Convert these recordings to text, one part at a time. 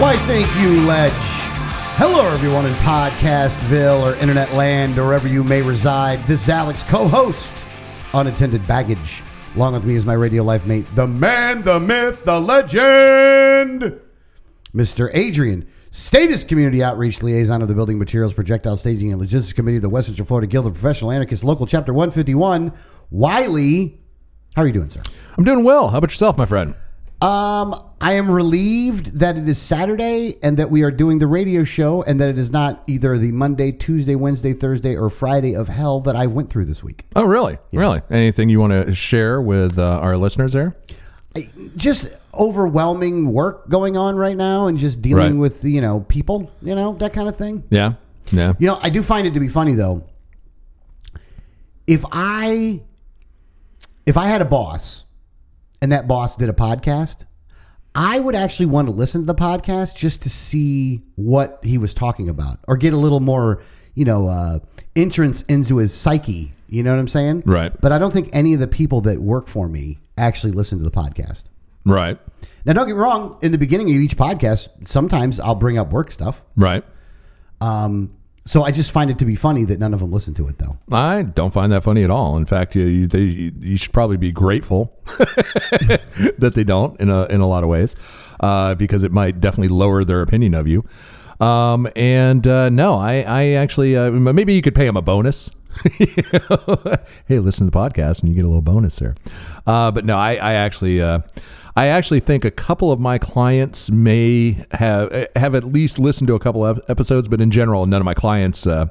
Why, thank you, Ledge. Hello, everyone in Podcastville or Internet Land, or wherever you may reside. This is Alex, co host, Unattended Baggage. Along with me is my radio life mate, the man, the myth, the legend, Mr. Adrian, Status Community Outreach Liaison of the Building Materials Projectile Staging and Logistics Committee of the Western Florida Guild of Professional Anarchists, Local Chapter 151, Wiley. How are you doing, sir? I'm doing well. How about yourself, my friend? Um, I am relieved that it is Saturday and that we are doing the radio show and that it is not either the Monday, Tuesday, Wednesday, Thursday, or Friday of hell that I went through this week. Oh, really? Really? Anything you want to share with uh, our listeners there? Just overwhelming work going on right now and just dealing Right. with, you know, people, you know, that kind of thing. Yeah. Yeah. You know, I do find it to be funny though. If I if I had a boss and that boss did a podcast, I would actually want to listen to the podcast just to see what he was talking about or get a little more, you know, uh, entrance into his psyche. You know what I'm saying? Right. But I don't think any of the people that work for me actually listen to the podcast. Right. Now, don't get me wrong. In the beginning of each podcast, sometimes I'll bring up work stuff. Right. Um, so I just find it to be funny that none of them listen to it, though. I don't find that funny at all. In fact, you you, they, you should probably be grateful that they don't in a in a lot of ways, uh, because it might definitely lower their opinion of you. Um, and uh, no, I I actually uh, m- maybe you could pay them a bonus. hey, listen to the podcast and you get a little bonus there. Uh, but no, I I actually. Uh, I actually think a couple of my clients may have have at least listened to a couple of episodes, but in general, none of my clients uh,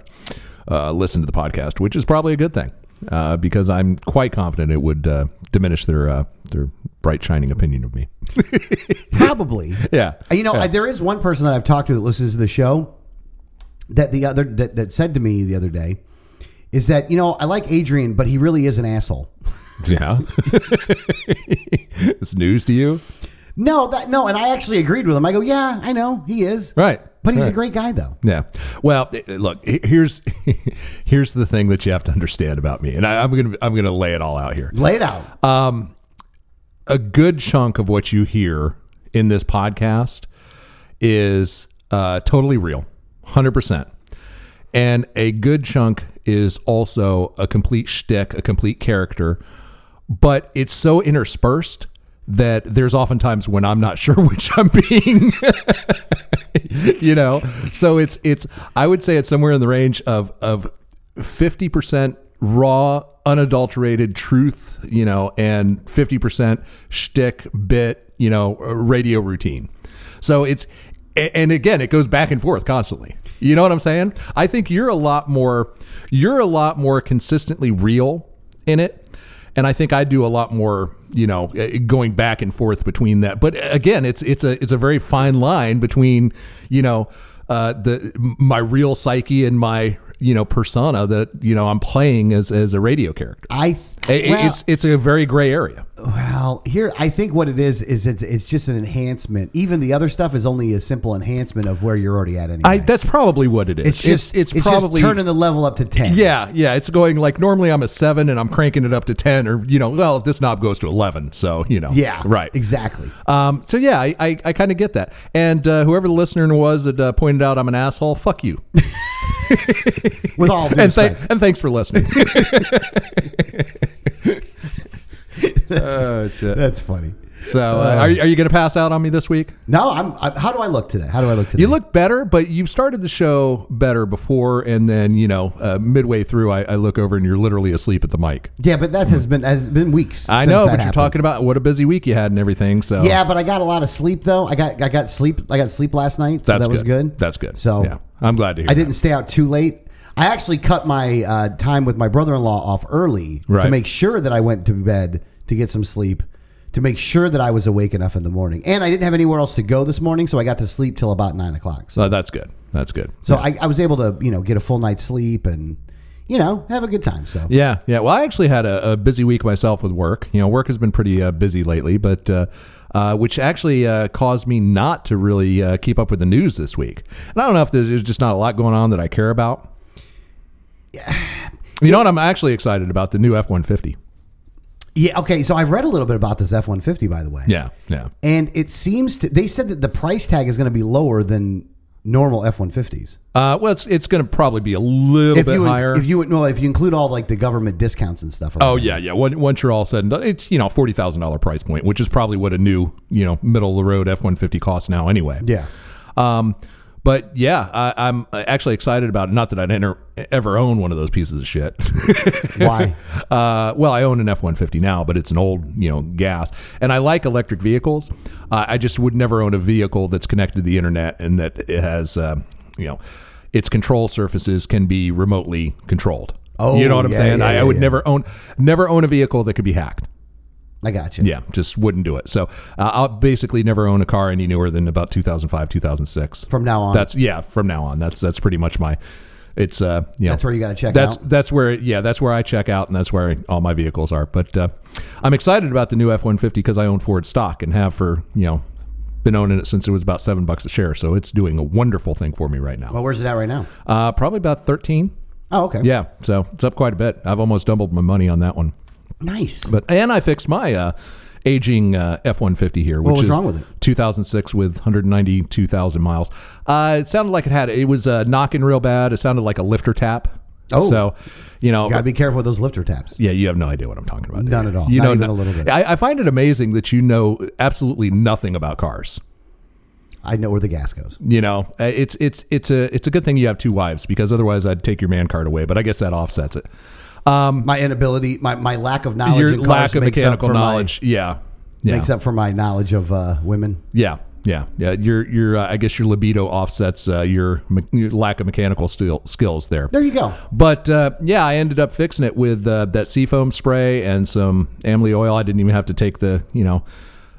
uh, listen to the podcast, which is probably a good thing uh, because I'm quite confident it would uh, diminish their uh, their bright shining opinion of me. Probably. Yeah, Uh, You know, I, there is one person that I've talked to that listens to the show that the other that, that said to me the other day is that you know I like Adrian, but he really is an asshole. yeah. it's news to you, No, that no, and I actually agreed with him. I go, yeah, I know he is, right? but he's a Right. great guy though. Yeah. Well, i- i- look, he- here's here's the thing that you have to understand about me, and I, I'm gonna I'm gonna lay it all out here. Lay it out. Uh, a good chunk of what you hear in this podcast is uh, totally real, 100%. And a good chunk is also a complete shtick, a complete character, but it's so interspersed that there's oftentimes when I'm not sure which I'm being. you know so it's it's i would say it's somewhere in the range of of 50% raw unadulterated truth you know and 50% shtick bit you know radio routine so it's a- and again it goes back and forth constantly you know what i'm saying i think you're a lot more you're a lot more consistently real in it and I think I do a lot more, you know, eh, going back and forth between that. But eh, again, it's it's a it's a very fine line between, you know, uh, the my real psyche and my you know persona that you know I'm playing as as a radio character. I I- well, it's it's a very gray area. well here I think what it is is it's it's just an enhancement. Even the other stuff is only a simple enhancement of where you're already at anyway. I that's probably what it is. it's just it's, it's probably just turning the level up to ten. yeah, yeah, it's going like normally I'm a seven and I'm cranking it up to ten, or you know, well, this knob goes to eleven, so you know, yeah, right, exactly. Um, so yeah, I, I, I kind of get that. And uh, whoever the listener was that uh, pointed out I'm an asshole, fuck you. With all due and, thank respect. and thanks for listening. Oh, shit. That's funny. So uh, are, you- are you going to pass out on me this week? No, I'm. I, how do I look today? How do I look today? You look better, but you started the show better before, and then you know uh, midway through, I, I look over and you're literally asleep at the mic. Yeah, but that has been has been weeks. I since know, that but you're happened. talking about what a busy week you had and everything. So Yeah, but I got a lot of sleep though. I got I got sleep. I got sleep last night. So that's that was good. That's good. So yeah, I'm glad to hear. I didn't stay out too late. I actually cut my uh, time with my brother in law off early to Right. make sure that I went to bed to get some sleep to make sure that I was awake enough in the morning. And I didn't have anywhere else to go this morning, so I got to sleep till about nine o'clock. So, So that's good. That's good. so I, I was able to, you know, get a full night's sleep and, you know, have a good time. So Yeah, yeah. Well, I actually had a, a busy week myself with work. You know, work has been pretty uh, busy lately, but uh, uh, which actually uh, caused me not to really uh, keep up with the news this week. And I don't know if there's, there's just not a lot going on that I care about. You know what? I'm actually excited about the new F-150. yeah, okay. So I've read a little bit about this F one fifty, by the way. Yeah, yeah. and it seems to. They said that the price tag is going to be lower than normal F one fifties. Uh, well, it's it's going to probably be a little If bit you in- higher. if you well, if you include all like the government discounts and stuff. oh yeah, yeah. Once, once you're all said and done, it's you know forty thousand dollar price point, which is probably what a new you know middle of the road F-150 costs now anyway. yeah. Um, but yeah, I, I'm actually excited about it. Not that I'd enter, ever own one of those pieces of shit. Why? uh, well, I own an F-150 now, but it's an old, you know, gas. And I like electric vehicles. Uh, I just would never own a vehicle that's connected to the internet and that it has, um, you know, its control surfaces can be remotely controlled. Oh, you know what I'm yeah, saying? yeah, I, yeah, I would yeah. never own, never own a vehicle that could be hacked. I got you. Yeah, just wouldn't do it. So uh, I'll basically never own a car any newer than about 2005, 2006. From now on. That's yeah. From now on, that's that's pretty much my. It's uh, you know, That's where you gotta check That's out. that's where yeah, that's where I check out, and that's where all my vehicles are. But uh, I'm excited about the new F150 because I own Ford stock and have for you know been owning it since it was about seven bucks a share. So it's doing a wonderful thing for me right now. Well, where's it at right now? Uh, probably about thirteen. Oh, okay. Yeah, so it's up quite a bit. I've almost doubled my money on that one. Nice. But and I fixed my uh, aging uh, F one fifty here. Which was is wrong with it? Two thousand six with one hundred ninety two thousand miles. Uh, it sounded like it had it was uh, knocking real bad. It sounded like a lifter tap. Oh. so you know. Got to be careful with those lifter taps. yeah, you have no idea what I'm talking about. do None you? at all. You Not know even no- a little bit. I, I find it amazing that you know absolutely nothing about cars. I know where the gas goes. You know, Uh, it's it's it's a it's a good thing you have two wives because otherwise I'd take your man card away. But I guess that offsets it. My inability, my, my lack of knowledge, Mm. your in cars lack of makes up mechanical for my- knowledge. yeah. Yeah. makes up for my knowledge of uh, women. Yeah, yeah, yeah. Your your uh, I guess your libido offsets uh, your, me- your lack of mechanical skill, skills there. There you go. But uh, yeah, I ended up fixing it with uh, that seafoam spray and some Amley oil. I didn't even have to take the you know.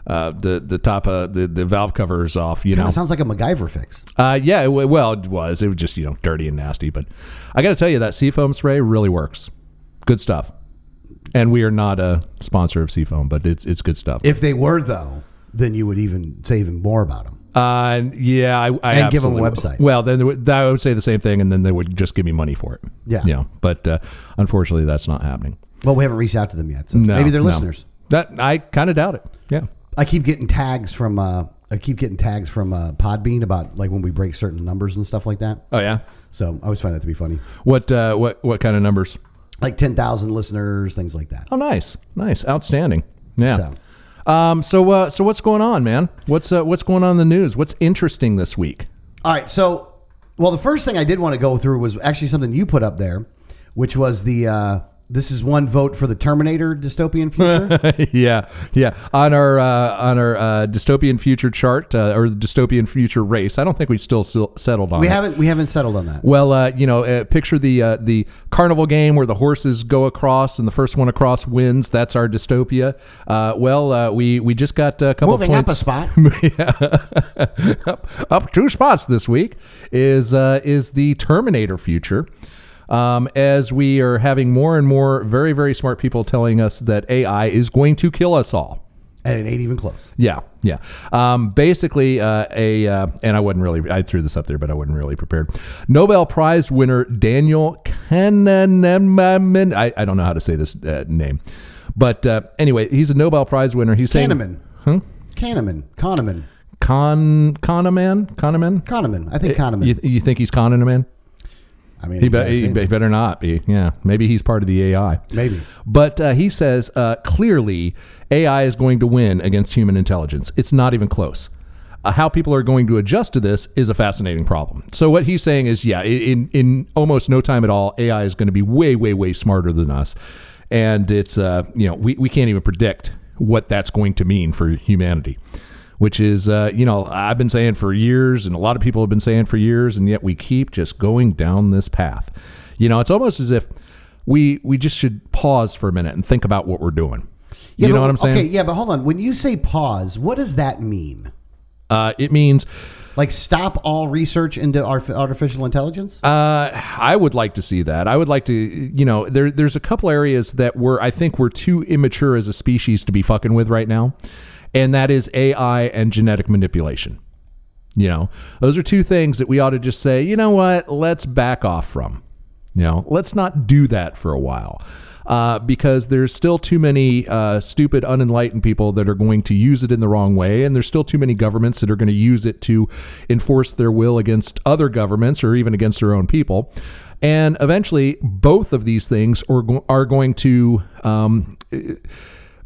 Uh, the the top uh, the the valve covers off, you know. That sounds like a MacGyver fix. Uh, yeah, it, w- well, it was. It was just you know dirty and nasty. But I got to tell you that seafoam spray really works. Good stuff. And we are not a sponsor of seafoam, but it's it's good stuff. If they were though, then you would even say even more about them. Uh, yeah, I, I And give 'em a absolutely- website. Well, then they would- I would say the same thing, and then they would just give me money for it. Yeah. yeah. But uh, unfortunately, that's not happening. Well, we haven't reached out to them yet, so No, maybe they're no. listeners. That I kind of doubt it. Yeah. I keep getting tags from uh, I keep getting tags from uh, Podbean about like when we break certain numbers and stuff like that. Oh yeah. So I always find that to be funny. What uh, what what kind of numbers? Like ten thousand listeners, things like that. Oh, nice, nice, outstanding. Yeah. So Um. So uh. So what's going on, man? What's uh, what's going on in the news? What's interesting this week? All right. So, well, the first thing I did want to go through was actually something you put up there, which was the uh, this is one vote for the Terminator dystopian future. yeah, yeah. On our uh, on our uh, dystopian future chart uh, or dystopian future race, I don't think we've still, still settled on. we it. haven't we haven't settled on that. Well, uh, you know, uh, picture the uh, the carnival game where the horses go across and the first one across wins. That's our dystopia. Uh, well, uh, we we just got a couple Moving up points a spot. Yeah. up, up two spots this week is uh, is the Terminator future. Um, as we are having more and more very very smart people telling us that AI is going to kill us all. and it ain't even close. Yeah, yeah. Um, basically, uh, a uh, and I wasn't really I threw this up there, but I wasn't really prepared. Nobel Prize winner Daniel Kahneman. I, I don't know how to say this uh, name, but uh, anyway, he's a Nobel Prize winner. He's saying Kahneman. Huh? Kahneman. Kahneman. Con Kahneman Kahneman. Kahneman. I think Kahneman. Eh, You, you think he's Kahneman? I mean, He, you be, gotta he say be- better not be. Yeah, maybe he's part of the AI. Maybe. But uh, he says uh, clearly AI is going to win against human intelligence. It's not even close. Uh, how people are going to adjust to this is a fascinating problem. So what he's saying is, yeah, i- in in almost no time at all, AI is going to be way, way, way smarter than us, and it's uh, you know we we can't even predict what that's going to mean for humanity. Which is, uh, you know, I've been saying for years, and a lot of people have been saying for years, and yet we keep just going down this path. You know, it's almost as if we we just should pause for a minute and think about what we're doing. Yeah, you but- know what I'm saying? Okay, yeah, but hold on. When you say pause, what does that mean? Uh, it means Like stop all research into arf- artificial intelligence? Uh, I would like to see that. I would like to, you know, there there's a couple areas that we're I think we're too immature as a species to be fucking with right now, and that is AI and genetic manipulation. You know, those are two things that we ought to just say, you know what, let's back off from. You know, let's not do that for a while. Uh, because there's still too many uh, stupid, unenlightened people that are going to use it in the wrong way, and there's still too many governments that are going to use it to enforce their will against other governments or even against their own people. And eventually, both of these things are, go- are going to um,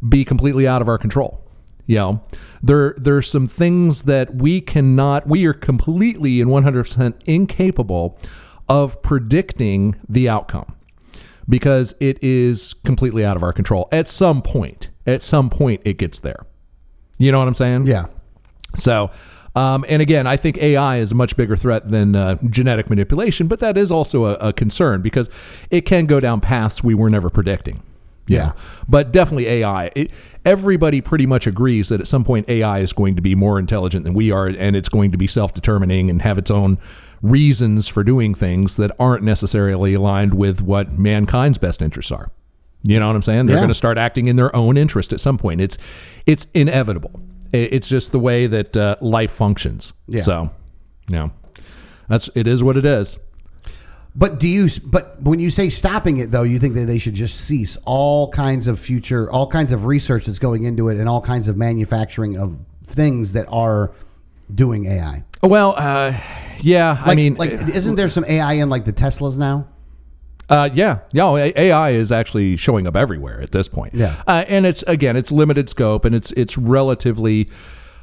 be completely out of our control. You know, there there's some things that we cannot. We are completely and 100 percent incapable of predicting the outcome because it is completely out of our control. At some point, at some point, it gets there. You know what I'm saying? yeah. So, um, and again, I think AI is a much bigger threat than uh, genetic manipulation, but that is also a, a concern because it can go down paths we were never predicting. you Yeah. know. But definitely AI. It, everybody pretty much agrees that at some point AI is going to be more intelligent than we are and it's going to be self determining and have its own reasons for doing things that aren't necessarily aligned with what mankind's best interests are. You know what I'm saying? They're Yeah. going to start acting in their own interest at some point. It's it's inevitable. I- It's just the way that uh, life functions. Yeah. So, you know, that's it is what it is. But do you? But when you say stopping it, though, you think that they should just cease all kinds of future, all kinds of research that's going into it, and all kinds of manufacturing of things that are doing AI. Well, uh, yeah. I Like- mean, eh, like, isn't there some AI in like the Teslas now? Uh, yeah, yeah. oh, A- AI is actually showing up everywhere at this point. Yeah. uh, and it's again, it's limited scope, and it's it's relatively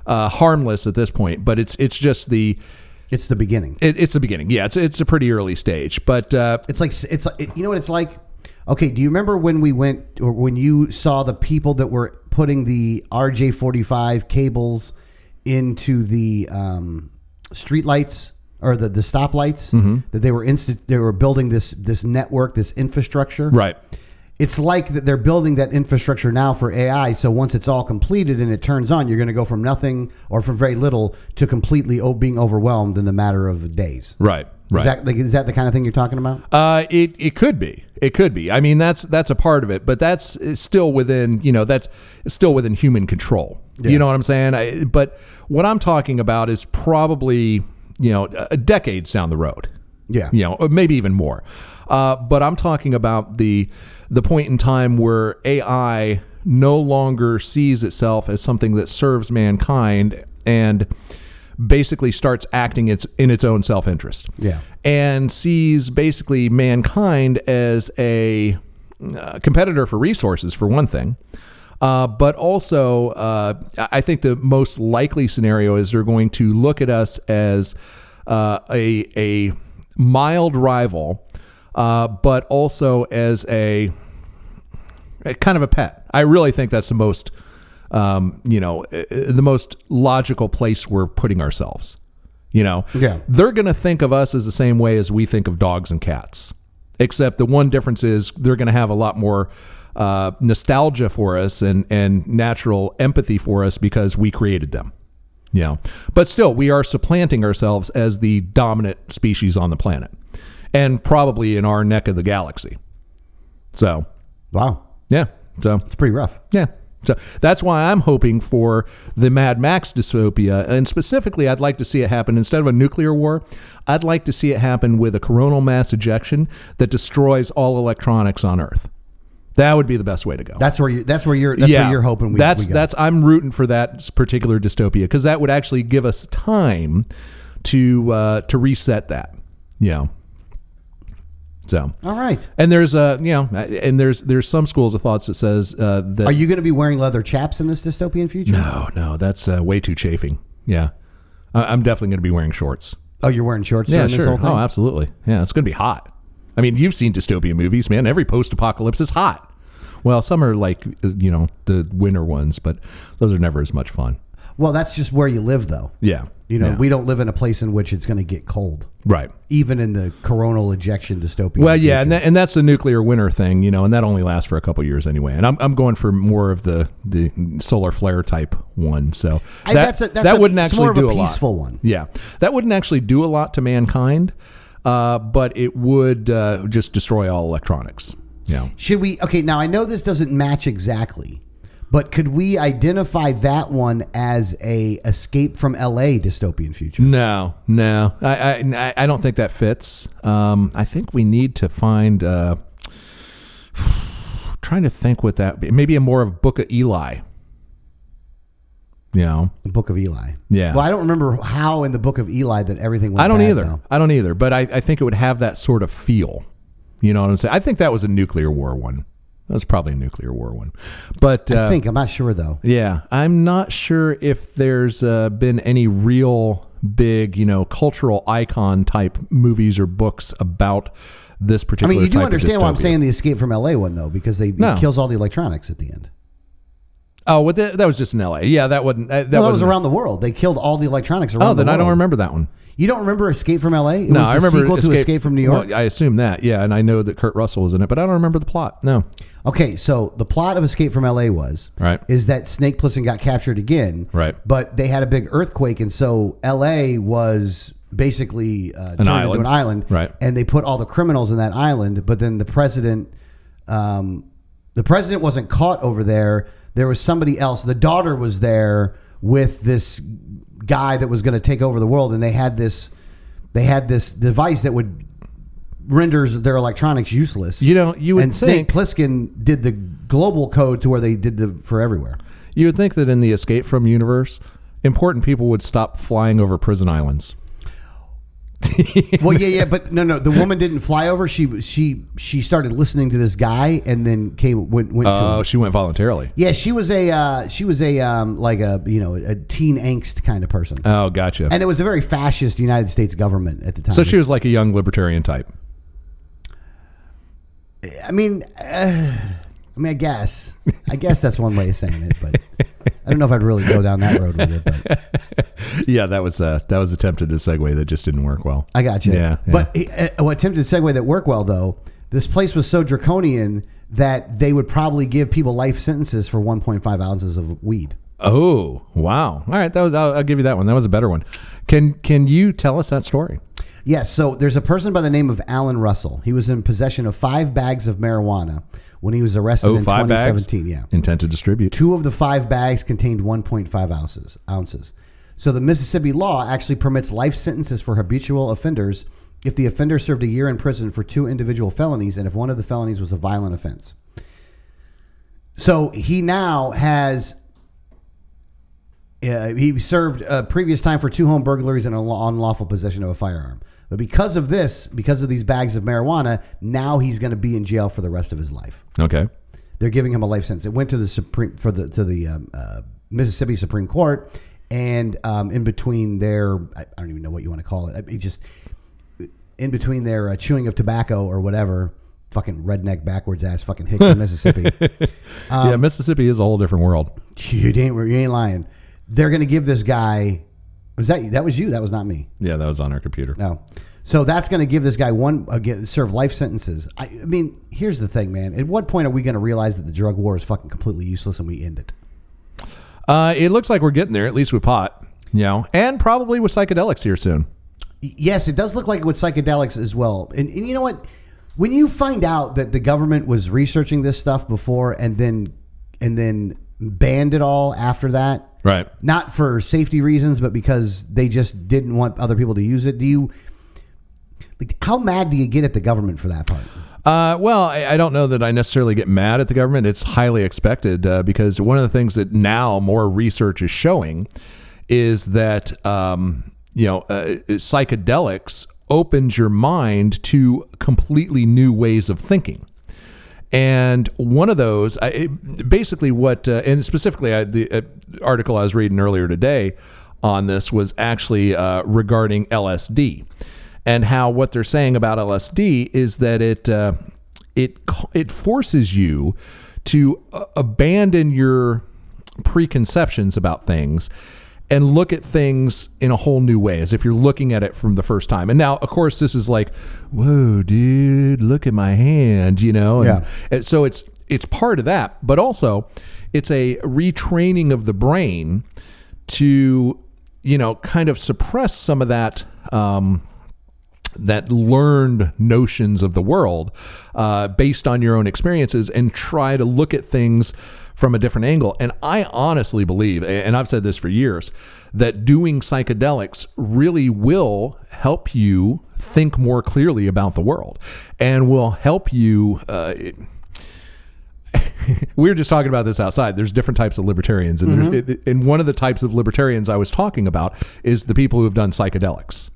uh, harmless at this point. But it's it's just the It's the beginning. it, it's the beginning. Yeah, it's it's a pretty early stage. But uh, It's like it's like you know what it's like. Okay, do you remember when we went or when you saw the people that were putting the RJ45 cables into the um, street lights or the the stoplights Mm-hmm. that they were insti- they were building this this network this infrastructure right, it's like that they're building that infrastructure now for AI. So once it's all completed and it turns on, you're going to go from nothing or from very little to completely o- being overwhelmed in the matter of days. right, right. Is that, like, is that the kind of thing you're talking about? Uh, it it could be. It could be. I mean, that's that's a part of it, but that's it's still within you know that's it's still within human control. You know what I'm saying? I, but what I'm talking about is probably you know a- a decades down the road. Yeah. You know, or maybe even more. Uh, but I'm talking about the the point in time where AI no longer sees itself as something that serves mankind and basically starts acting its in its own self interest Yeah. and sees basically mankind as a uh, competitor for resources, for one thing. Uh, but also, uh, I I think the most likely scenario is they're going to look at us as uh, a, a mild rival, uh, but also as a uh, kind of a pet. I really think that's the most, um, you know, uh, uh, the most logical place we're putting ourselves. You know, Yeah. they're going to think of us as the same way as we think of dogs and cats, except the one difference is they're going to have a lot more uh, nostalgia for us and and natural empathy for us because we created them. You know, but still, we are supplanting ourselves as the dominant species on the planet, and probably in our neck of the galaxy. So, Wow. yeah. So It's pretty rough. yeah. So that's why I'm hoping for the Mad Max dystopia. And specifically, I'd like to see it happen instead of a nuclear war, I'd like to see it happen with a coronal mass ejection that destroys all electronics on Earth. That would be the best way to go. That's where you. That's where you're. That's where you're hoping we. That's we go. that's I'm rooting for that particular dystopia because that would actually give us time to uh, to reset that. You know. So all right. and there's a you know and there's there's some schools of thoughts that says uh, that Are you going to be wearing leather chaps in this dystopian future? No, no, that's uh, way too chafing. Yeah, I- I'm definitely going to be wearing shorts. Oh, you're wearing shorts. during This whole thing? Oh, absolutely. Yeah, it's going to be hot. I mean, you've seen dystopian movies, man. Every post-apocalypse is hot. Well, some are like uh, you know the winter ones, but those are never as much fun. Well, that's just where you live, though. Yeah. You know, Yeah. we don't live in a place in which it's going to get cold, Right. even in the coronal ejection dystopia. Well, in the yeah, and future. that, and that's the nuclear winter thing, you know, and that only lasts for a couple years anyway. And I'm, I'm going for more of the the solar flare type one. So that I- that's a- that's that a- wouldn't it's actually more of a do peaceful lot. one. Yeah, that wouldn't actually do a lot to mankind, uh, but it would uh, just destroy all electronics. Yeah. Should we? Okay, now I know this doesn't match exactly, but could we identify that one as a escape from LA dystopian future? No, no, I, I, I don't think that fits. Um, I think we need to find. Uh, trying to think what that maybe a more of Book of Eli. You know, The Book of Eli. Yeah. Well, I don't remember how in the Book of Eli that everything went. I don't bad, either. though. I don't either. But I, I think it would have that sort of feel. You know what I'm saying? I think that was a nuclear war one. That was probably a nuclear war one. But uh, I think I'm not sure though. yeah, I'm not sure if there's uh, been any real big, you know, cultural icon type movies or books about this I particular. mean, you do type of understand why I'm dystopia. saying the escape from LA one though, because they No. it kills all the electronics at the end. Oh, well, that, that was just in L.A. Yeah, that wasn't. That, Well, that was wasn't- around the world. They killed all the electronics around. Oh, then the I don't world. remember that one. You don't remember Escape from LA? It no, was the I remember sequel to Escape from New York. Well, I assume that. Yeah, and I know that Kurt Russell was in it, but I don't remember the plot. No. Okay, so the plot of Escape from LA was Right. is that Snake Plissken got captured again, Right. But they had a big earthquake, and so LA was basically uh, turned island. into an island, Right. And they put all the criminals in that island, but then the president, um, the president wasn't caught over there. There was somebody else. The daughter was there with this guy that was going to take over the world, and they had this, they had this device that would renders their electronics useless You know, you would and think Snake Plissken did the global code to where they did the for everywhere. You would think that in the Escape from Universe, important people would stop flying over prison islands. Well, yeah, yeah, but no, no, the woman didn't fly over. She she she started listening to this guy and then came went went to Oh, him. she went voluntarily. Yeah, she was a uh, she was a um, like a you know a teen angst kind of person, Oh, gotcha. and it was a very fascist United States government at the time. so she was like a young libertarian type. I mean, uh, I mean, I guess, I guess that's one way of saying it, but I don't know if I'd really go down that road with it. But Yeah, that was uh, that was attempted a segue that just didn't work well. I got you. Yeah, yeah. But he, uh, what attempted segue that worked well though. This place was so draconian that they would probably give people life sentences for 1.5 ounces of weed. oh, wow. All right, that was I'll, I'll give you that one. That was a better one. Can can you tell us that story? Yes. So there's a person by the name of Alan Russell. He was in possession of five bags of marijuana when he was arrested Oh, in five bags. 2017. Yeah. Intent to distribute. Two of the five bags contained 1.5 ounces. Ounces. So the Mississippi law actually permits life sentences for habitual offenders if the offender served a year in prison for two individual felonies and if one of the felonies was a violent offense. So he now has. Uh, he served a previous time for two home burglaries and an unlawful possession of a firearm. But because of this, because of these bags of marijuana, now he's going to be in jail for the rest of his life Okay. they're giving him a life sentence. It went to the Supreme for the to the um, uh, Mississippi Supreme Court, and um, in between their I, I don't even know what you want to call it. I- It just in between their uh, chewing of tobacco or whatever, fucking redneck backwards ass fucking hicks in Mississippi. Um, yeah, Mississippi is a whole different world. you ain't you ain't lying. They're gonna give this guy. Was that you? that was you? That was not me. Yeah, that was on our computer. No. So that's going to give this guy one again, serve life sentences. I, I mean, here's the thing, man. At what point are we going to realize that the drug war is fucking completely useless and we end it? Uh, it looks like we're getting there, at least with pot. You know, and probably with psychedelics here soon. Yes, it does look like with psychedelics as well. And, and you know what? When you find out that the government was researching this stuff before and then and then banned it all after that, Right. not for safety reasons, but because they just didn't want other people to use it, do you? Like, how mad do you get at the government for that part? Uh, well, I, I don't know that I necessarily get mad at the government. It's highly expected uh, because one of the things that now more research is showing is that um, you know uh, psychedelics opens your mind to completely new ways of thinking. And one of those, I, it, basically, what uh, and specifically I, the uh, article I was reading earlier today on this was actually uh, regarding LSD and how what they're saying about LSD is that it uh, it co- it forces you to uh, abandon your preconceptions about things and look at things in a whole new way as if you're looking at it from the first time. And now, of course, this is like, whoa, dude, look at my hand, you know? And, Yeah. and so it's it's part of that, but also it's a retraining of the brain to, you know, kind of suppress some of that um, that learned notions of the world uh, based on your own experiences and try to look at things from a different angle. And I honestly believe, and I've said this for years, that doing psychedelics really will help you think more clearly about the world and will help you. Uh, it- we were just talking about this outside. There's different types of libertarians, and, there's, and one of the types of libertarians I was talking about is the people who have done psychedelics.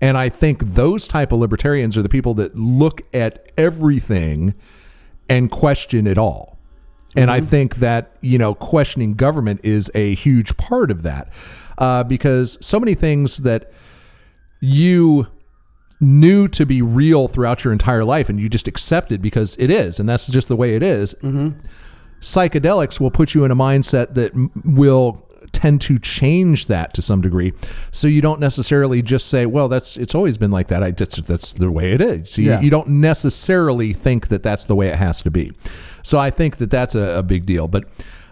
And I think those type of libertarians are the people that look at everything and question it all. And I think that, you know, questioning government is a huge part of that uh, because so many things that you knew to be real throughout your entire life and you just accepted because it is, and that's just the way it is, psychedelics will put you in a mindset that m- will tend to change that to some degree so you don't necessarily just say well that's it's always been like that i that's that's the way it is you, Yeah. you don't necessarily think that that's the way it has to be so i think that that's a, a big deal but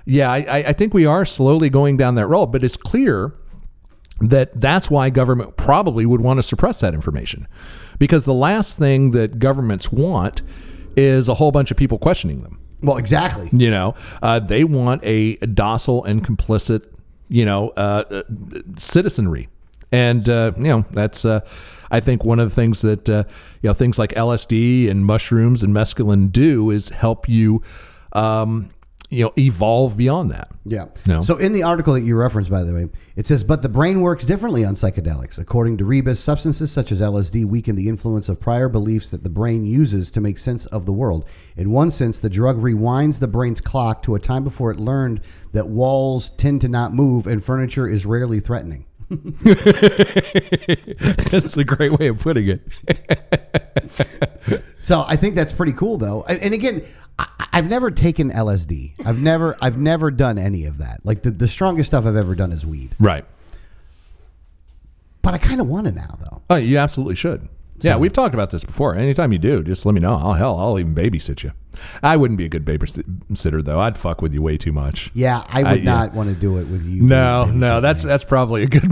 yeah I, I- I think we are slowly going down that road but it's clear that that's why government probably would want to suppress that information because the last thing that governments want is a whole bunch of people questioning them Well, exactly. you know, uh, they want a docile and complicit, you know, uh, uh, citizenry, and uh, you know that's. Uh, I think one of the things that uh, you know things like LSD and mushrooms and mescaline do is help you, um, you know, evolve beyond that. Yeah. No. So in the article that you referenced, by the way, it says, but the brain works differently on psychedelics. According to Rebus, substances such as LSD weaken the influence of prior beliefs that the brain uses to make sense of the world. In one sense, the drug rewinds the brain's clock to a time before it learned that walls tend to not move and furniture is rarely threatening. that's a great way of putting it. So I think that's pretty cool, though. I- And again, I, I've never taken LSD. I've never, I've never done any of that. Like the, the strongest stuff I've ever done is weed. Right. But I kind of want to now, though. Oh, you absolutely should. Yeah, we've talked about this before. Anytime you do, just let me know. I'll hell, I'll even babysit you. I wouldn't be a good babysitter though. I'd fuck with you way too much. Yeah, I would I- yeah. not want to do it with you. No, Maybe no, something. that's that's probably a good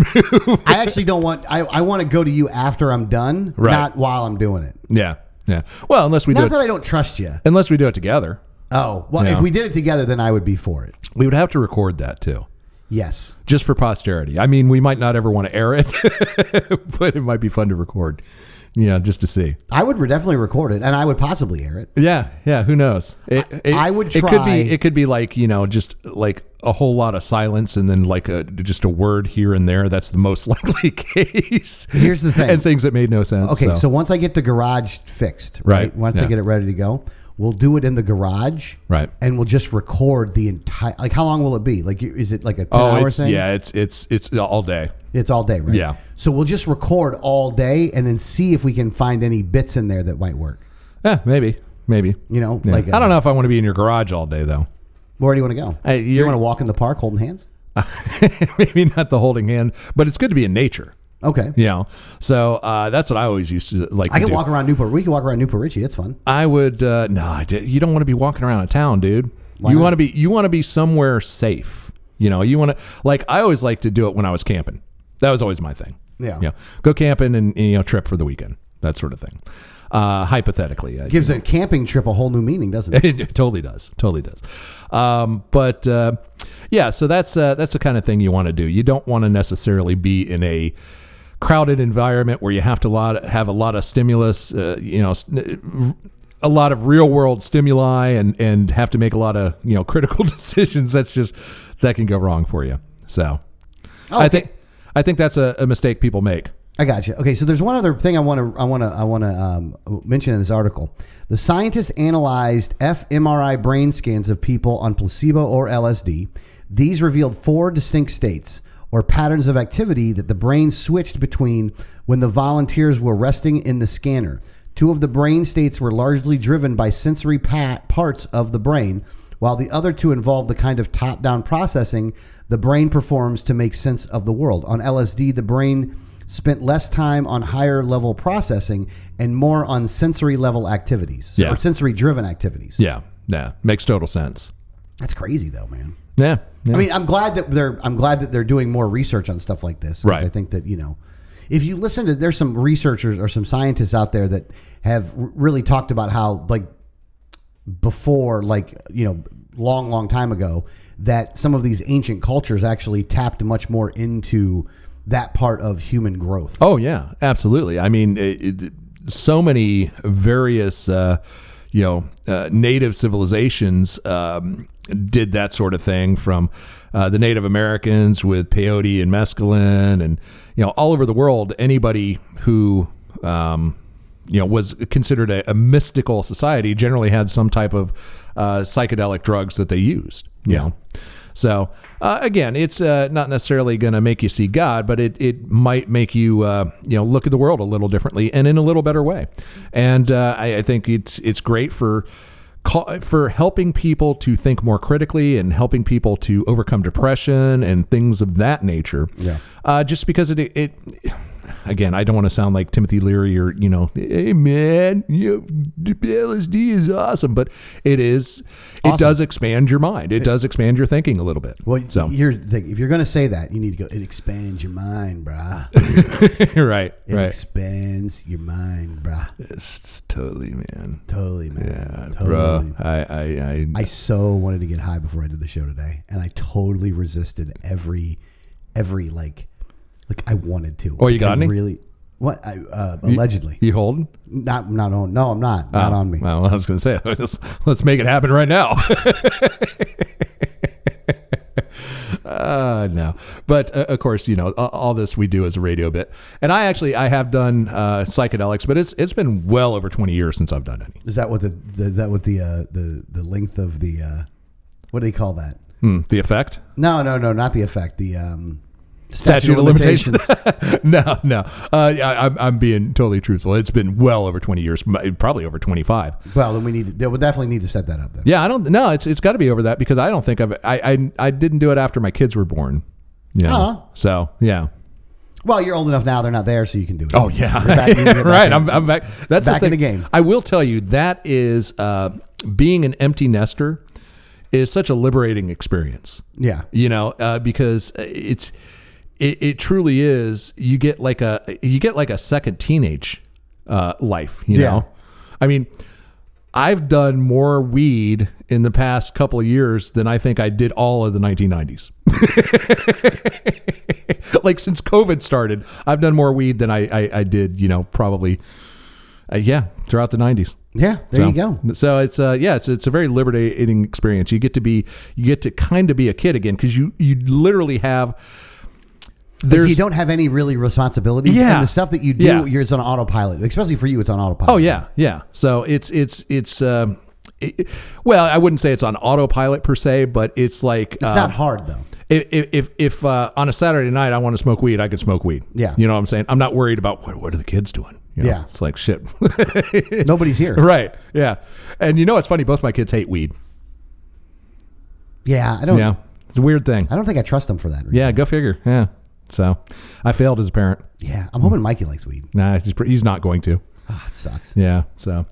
move. I actually don't want. I, I want to go to you after I'm done, Right. not while I'm doing it. yeah, yeah. Well, unless we do Not it, that I don't trust you. unless we do it together, Oh well, Yeah. if we did it together, then I would be for it. we would have to record that too, Yes. just for posterity. I mean, we might not ever want to air it, but it might be fun to record. Yeah, just to see. I would re- definitely record it, and I would possibly hear it. Yeah, yeah. Who knows? It, it- I would It could try- be. It could be like you know, just like a whole lot of silence, and then like a just a word here and there. That's the most likely case. Here's the thing. and things that made no sense. Okay, so, so once I get the garage fixed, right? Right, Once I yeah. get it ready to go, we'll do it in the garage, Right. And we'll just record the entire. Like, how long will it be? Like, you- is it like a ten oh, hour it's, thing? yeah, it's it's it's all day. It's all day, right? Yeah. So we'll just record all day, and then see if we can find any bits in there that might work. Yeah, maybe, maybe. You know, Yeah. like I don't know if I want to be in your garage all day though. Where do you want to go? Hey, you you're- want to walk in the park holding hands? maybe not the holding hand, but it's good to be in nature. Okay. You know, so uh, that's what I always used to like. I to can do. walk around Newport. We can walk around Newport Richie. It's fun. I would. Uh, no, I did, you don't want to be walking around a town, dude. you not? want to be. You want to be somewhere safe. You know. You want to. Like I always liked to do it when I was camping. That was always my thing. Yeah. Yeah. Go camping and you know trip for the weekend. That sort of thing. Uh, hypothetically, uh, Gives a camping trip a whole new meaning, doesn't it? it totally does. Totally does. Um, but uh, yeah, so that's uh, that's the kind of thing you want to do. You don't want to necessarily be in a crowded environment where you have to lot have a lot of stimulus. Uh, you know. St- a lot of real world stimuli and and have to make a lot of you know critical decisions that's just that can go wrong for you so i Oh, Okay. think i think that's a, a mistake people make I got you. Okay, so there's one other thing I want to I want to I want to um, mention in this article. The scientists analyzed fMRI brain scans of people on placebo or LSD. These revealed four distinct states or patterns of activity that the brain switched between when the volunteers were resting in the scanner. Two of the brain states were largely driven by sensory pa- parts of the brain, while the other two involved the kind of top-down processing the brain performs to make sense of the world. On LSD, the brain spent less time on higher level processing and more on sensory level activities Yeah. or sensory driven activities. Yeah. Yeah. Makes total sense. That's crazy though, man. Yeah. yeah. I mean, I'm glad that they're I'm glad that they're doing more research on stuff like this. 'cause Right. I think that you know, if you listen to there's some researchers or some scientists out there that have r- really talked about how like before, like you know, long long time ago, that some of these ancient cultures actually tapped much more into that part of human growth. Oh yeah, absolutely. I mean, it, it, so many various, uh, you know, uh, native civilizations um, did that sort of thing from uh, the Native Americans with peyote and mescaline, and you know, all over the world, anybody who um, you know was considered a, a mystical society generally had some type of uh, psychedelic drugs that they used. You know. So uh, again, it's uh, not necessarily going to make you see God, but it, it might make you uh, you know look at the world a little differently and in a little better way. And uh, I, I think it's it's great for ca- for helping people to think more critically and helping people to overcome depression and things of that nature. Yeah. Uh, just because it, it again, I don't want to sound like Timothy Leary or you know, hey man, you know, LSD is awesome, but it is it does expand your mind. It does expand your thinking a little bit. Well, so here's the thing: if you're going to say that, you need to go. It expands your mind, brah. right, It right, expands your mind, brah. It's totally, man, Totally, man. yeah, totally. bruh. I, I, I, I so wanted to get high before I did the show today, and I totally resisted every, every like, like I wanted to. Oh, you got I any? Really? What? I, uh, allegedly, you holding? not not on. No, I'm not. Not on me. Oh, Well, I was going to say, let's, let's make it happen right now. uh, no, but uh, of course, you know, a- all this we do is a radio bit, and I actually I have done uh, psychedelics, but it's it's been well over twenty years since I've done any. Is that what the, the is that what the uh, the the length of the uh, what do they call that? Hmm, the effect? No, no, no, not the effect. The um, Statute of limitations. no, no. Uh, yeah, I, I'm I'm being totally truthful. It's been well over twenty years, m- probably over twenty five. well, then we need to. We'll definitely need to set that up then. Yeah, I don't. No, it's it's got to be over that because I don't think I've I, I I didn't do it after my kids were born. Yeah. Uh-huh. So yeah. Well, you're old enough now; they're not there, so you can do it. Oh yeah, You're back- you're back right. in- I'm, I'm back. That's back the in thing. the game. I will tell you that is uh, being an empty nester is such a liberating experience. yeah. You know, uh, because it's it, it truly is. You get like a you get like a second teenage uh, life. You Yeah. know, I mean, I've done more weed in the past couple of years than I think I did all of the 1990s. like since COVID started, I've done more weed than I I, I did. You know, probably. Uh, yeah, throughout the 90s. Yeah, there so, you go. So it's uh yeah, it's it's a very liberating experience. You get to be you get to kind of be a kid again because you you literally have But there's you don't have any really responsibilities. Yeah. And the stuff that you do, Yeah. you're, it's on autopilot. Especially for you, it's on autopilot. oh yeah yeah. So it's it's it's um it, it- well I wouldn't say it's on autopilot per se, but it's like It's uh, not hard, though. if if- if, if uh, on a Saturday night I want to smoke weed, I can smoke weed. Yeah. you know what I'm saying. I'm not worried about what what are the kids doing. You know? Yeah. it's like shit. Nobody's here. right. Yeah, and you know it's funny. Both my kids hate weed. Yeah, I don't. Yeah, it's a weird thing. I don't think I trust them for that. Reason. Yeah, go figure. Yeah. So I failed as a parent. Yeah, I'm hoping Mikey likes weed. Nah, he's, pre- he's not going to. Ah, it sucks. Yeah. So,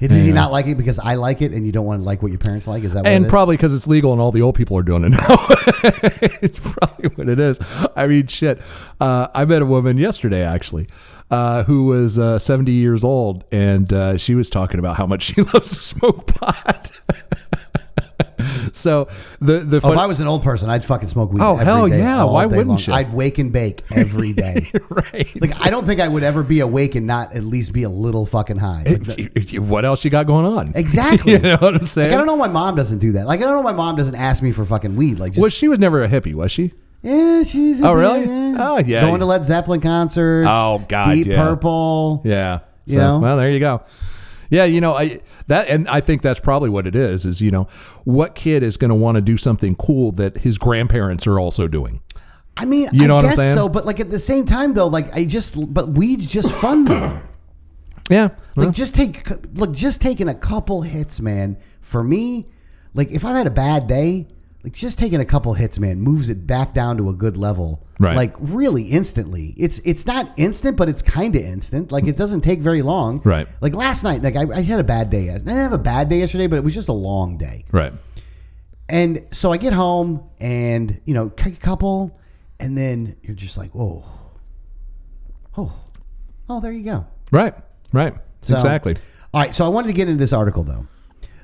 Does he not like it because I like it, and you don't want to like what your parents like? Is that what it and is? probably because it's legal and all the old people are doing it now. it's probably what it is. I mean, shit. Uh, I met a woman yesterday, actually, uh, who was uh, 70 years old, and uh, she was talking about how much she loves to smoke pot. so, the, the Oh, if fun- I was an old person, I'd fucking smoke weed. Oh, every hell day, yeah. all Why day wouldn't long. you? I'd wake and bake every day. right. like I don't think I would ever be awake and not at least be a little fucking high. Like, what else you got going on? exactly. You know what I'm saying? Like, I don't know. why My mom doesn't do that. Like I don't know. why My mom doesn't ask me for fucking weed. Like just Well, she was never a hippie, was she? Yeah, she's. a Oh, really? bit, Oh, yeah. Going to Led Zeppelin concerts. Oh, God, Deep yeah. Purple. Yeah. You So, know? Well, there you go. Yeah, you know, I that and I think that's probably what it is is, you know, what kid is going to want to do something cool that his grandparents are also doing? I mean, You know I what I'm guess saying? so, but like at the same time though, like I just, but weed's just fun. though. Yeah. well, like just take, look, just taking a couple hits, man. For me, like if I've had a bad day, like just taking a couple hits, man, moves it back down to a good level. Right. Like really instantly. It's it's not instant, but it's kind of instant. Like it doesn't take very long. Right. Like last night, like I, I had a bad day. I didn't have a bad day yesterday, but it was just a long day. Right. And so I get home and, you know, take a couple, and then you're just like, whoa, oh, oh, there you go. Right. Right. exactly. All right. So I wanted to get into this article, though.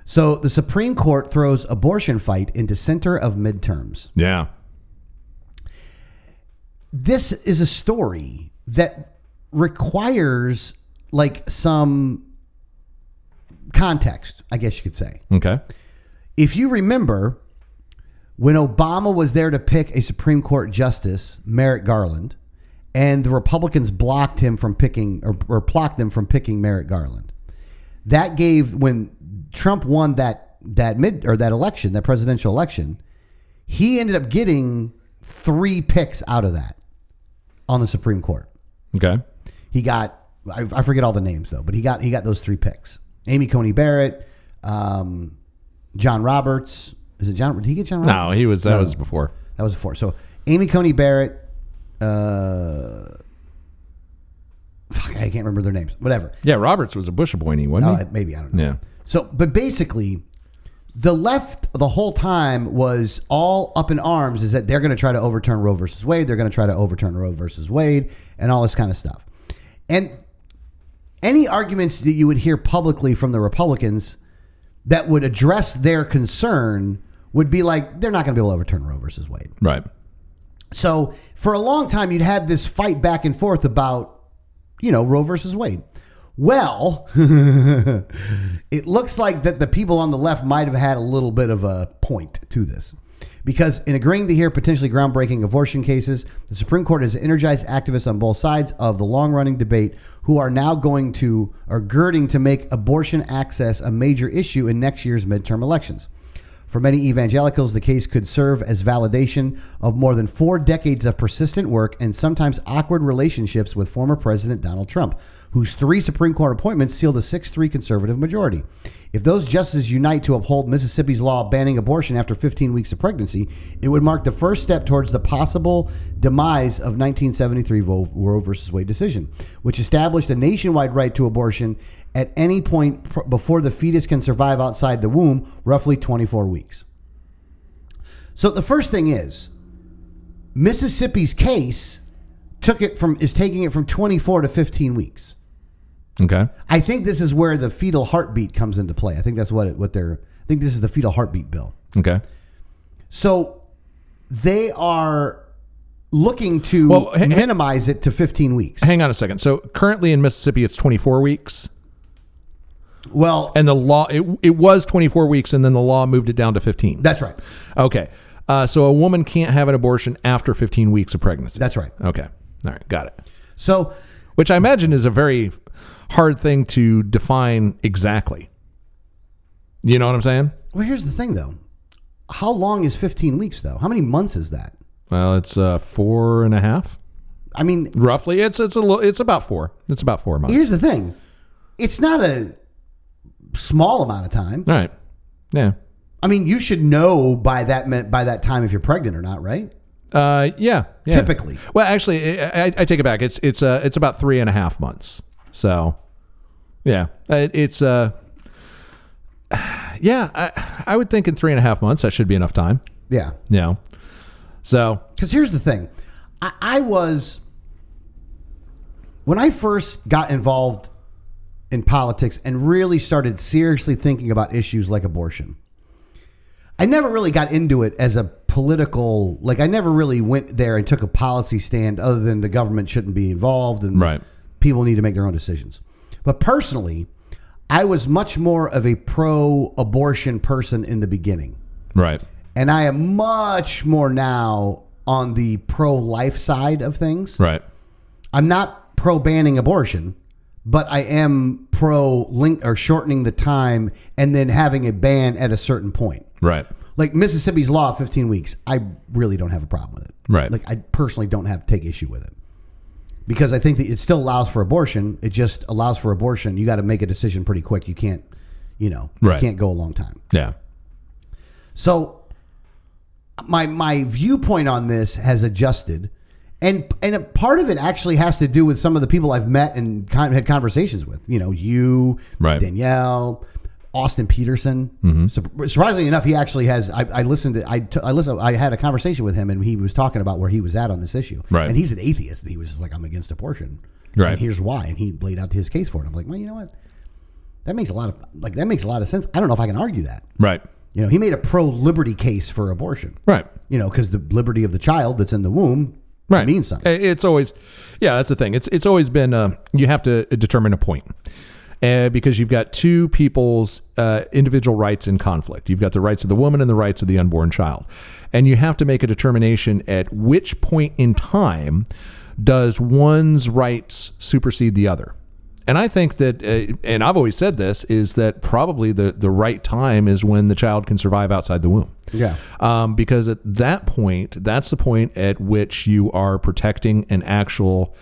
So the Supreme Court throws abortion fight into center of midterms. Yeah. This is a story that requires like some context, I guess you could say. Okay. If you remember, when Obama was there to pick a Supreme Court justice, Merrick Garland, and the Republicans blocked him from picking or, or blocked them from picking Merrick Garland. That gave when Trump won that that mid or that election, that presidential election, he ended up getting three picks out of that on the Supreme Court. Okay. He got I, I forget all the names though, but he got he got those three picks: Amy Coney Barrett, um, John Roberts. Is it John? Did he get John Roberts? No, he was that was before. That was four. So Amy Coney Barrett, uh, fuck, I can't remember their names. Whatever. Yeah, Roberts was a Bush appointee, wasn't Uh, maybe I don't he? know. Yeah. So, but basically, the left the whole time was all up in arms is that they're going to try to overturn Roe versus Wade. They're going to try to overturn Roe versus Wade and all this kind of stuff. And any arguments that you would hear publicly from the Republicans that would address their concern would be like, they're not going to be able to overturn Roe versus Wade. Right. So for a long time, you'd had this fight back and forth about, you know, Roe versus Wade. Well, it looks like that the people on the left might have had a little bit of a point to this. Because in agreeing to hear potentially groundbreaking abortion cases, the Supreme Court has energized activists on both sides of the long running debate who are now going to, or girding to make abortion access a major issue in next year's midterm elections. For many evangelicals, the case could serve as validation of more than four decades of persistent work and sometimes awkward relationships with former President Donald Trump, whose three Supreme Court appointments sealed a 6 3 conservative majority. If those justices unite to uphold Mississippi's law banning abortion after 15 weeks of pregnancy, it would mark the first step towards the possible demise of 1973 Vo- Roe v. Wade decision, which established a nationwide right to abortion at any point pr- before the fetus can survive outside the womb, roughly 24 weeks. So the first thing is Mississippi's case took it from is taking it from 24 to 15 weeks. Okay. I think this is where the fetal heartbeat comes into play. I think that's what it, what they're I think this is the fetal heartbeat bill. Okay. So they are looking to Well, h- h- minimize it to 15 weeks. Hang on a second. So currently in Mississippi, it's 24 weeks, Well, and the law it, it was 24 weeks, and then the law moved it down to 15. that's right. okay. Uh, so a woman can't have an abortion after 15 weeks of pregnancy. That's right. okay. All right. Got it. So Which I imagine is a very hard thing to define exactly. You know what I'm saying? Well, here's the thing, though. How long is 15 weeks, though? How many months is that? Well, it's uh, four and a half, I mean, roughly. It's it's a little, it's about four. It's about four months. here's the thing. It's not a small amount of time. All right. Yeah. I mean, you should know by that min- by that time if you're pregnant or not, right? Uh, yeah, yeah. Typically. Well, actually, I, I- I take it back. It's it's uh it's about three and a half months. So, yeah, it, it's uh, yeah. I I would think in three and a half months that should be enough time. Yeah. Yeah. So Because here's the thing. I, I was when I first got involved in politics and really started seriously thinking about issues like abortion. I never really got into it as a political like I never really went there and took a policy stand other than the government shouldn't be involved and Right. people need to make their own decisions. But personally, I was much more of a pro abortion person in the beginning. right. And I am much more now on the pro life side of things. Right. I'm not pro banning abortion, but I am pro link or shortening the time and then having a ban at a certain point. Right. Like Mississippi's law, 15 weeks, I really don't have a problem with it. Right. Like I personally don't have take issue with it. Because I think that it still allows for abortion. It just allows for abortion. You got to make a decision pretty quick. You can't, you know, Right. you can't go a long time. Yeah. So my my viewpoint on this has adjusted, and and a part of it actually has to do with some of the people I've met and con- had conversations with. You know, you, Right. Mm-hmm. Danielle, Austin Peterson. Sur- surprisingly enough, he actually has. I, I listened to. I t- I listened. I had a conversation with him, and he was talking about where he was at on this issue. Right. and he's an atheist, and he was just like, "I'm against abortion." Right. And here's why, and he laid out his case for it. I'm like, well, you know what? That makes a lot of like that makes a lot of sense. I don't know if I can argue that. Right. You know, he made a pro liberty case for abortion. Right. You know, because the liberty of the child that's in the womb Right. Eh. means something. I- It's always, yeah, that's the thing. It's it's always been uh, you have to determine a point. Uh, because you've got two people's uh, individual rights in conflict. You've got the rights of the woman and the rights of the unborn child. And you have to make a determination at which point in time does one's rights supersede the other. And I think that, uh, and I've always said this, is that probably the, the right time is when the child can survive outside the womb Yeah. um, because at that point, that's the point at which you are protecting an actual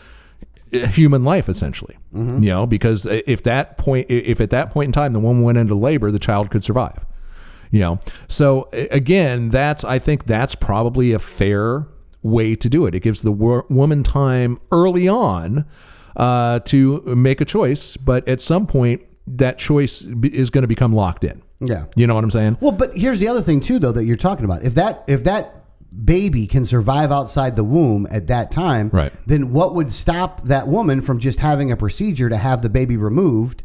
uh, human life, essentially. You know, because i- if that point, i- if at that point in time the woman went into labor, the child could survive. You know, so a- again, that's I think that's probably a fair way to do it. It gives the wo- woman time early on uh, to make a choice, but at some point that choice b- is going to become locked in. Yeah. You know what I'm saying? Well, but here's the other thing too, though, that you're talking about. If that if that baby can survive outside the womb at that time, Right. then what would stop that woman from just having a procedure to have the baby removed?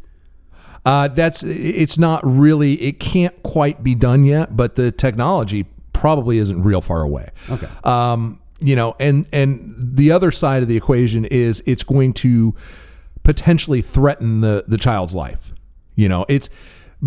Uh, that's it's not really it can't quite be done yet, but the technology probably isn't real far away. Okay. Uh, Um, you know, and and the other side of the equation is it's going to potentially threaten the the child's life. You know, it's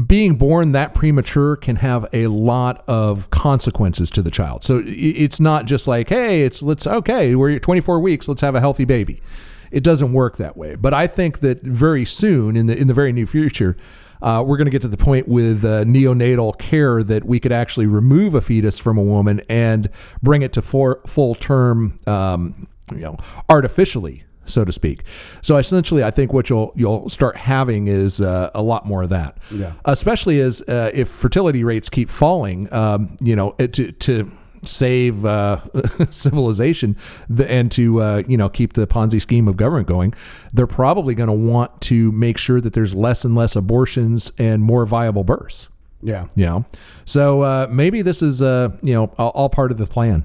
being born that premature can have a lot of consequences to the child. So i- it's not just like, hey, it's let's okay, we're 24 weeks, let's have a healthy baby. It doesn't work that way. But I think that very soon, in the in the very near future, uh, we're going to get to the point with uh, neonatal care that we could actually remove a fetus from a woman and bring it to for, full term, um, you know, artificially, so to speak. So essentially, I think what you'll you'll start having is uh, a lot more of that. Yeah. Especially as uh, if fertility rates keep falling, um, you know, it- to to save uh, civilization the, and to uh, you know keep the Ponzi scheme of government going, they're probably going to want to make sure that there's less and less abortions and more viable births. Yeah. You know, so uh, maybe this is uh, you know all, all part of the plan.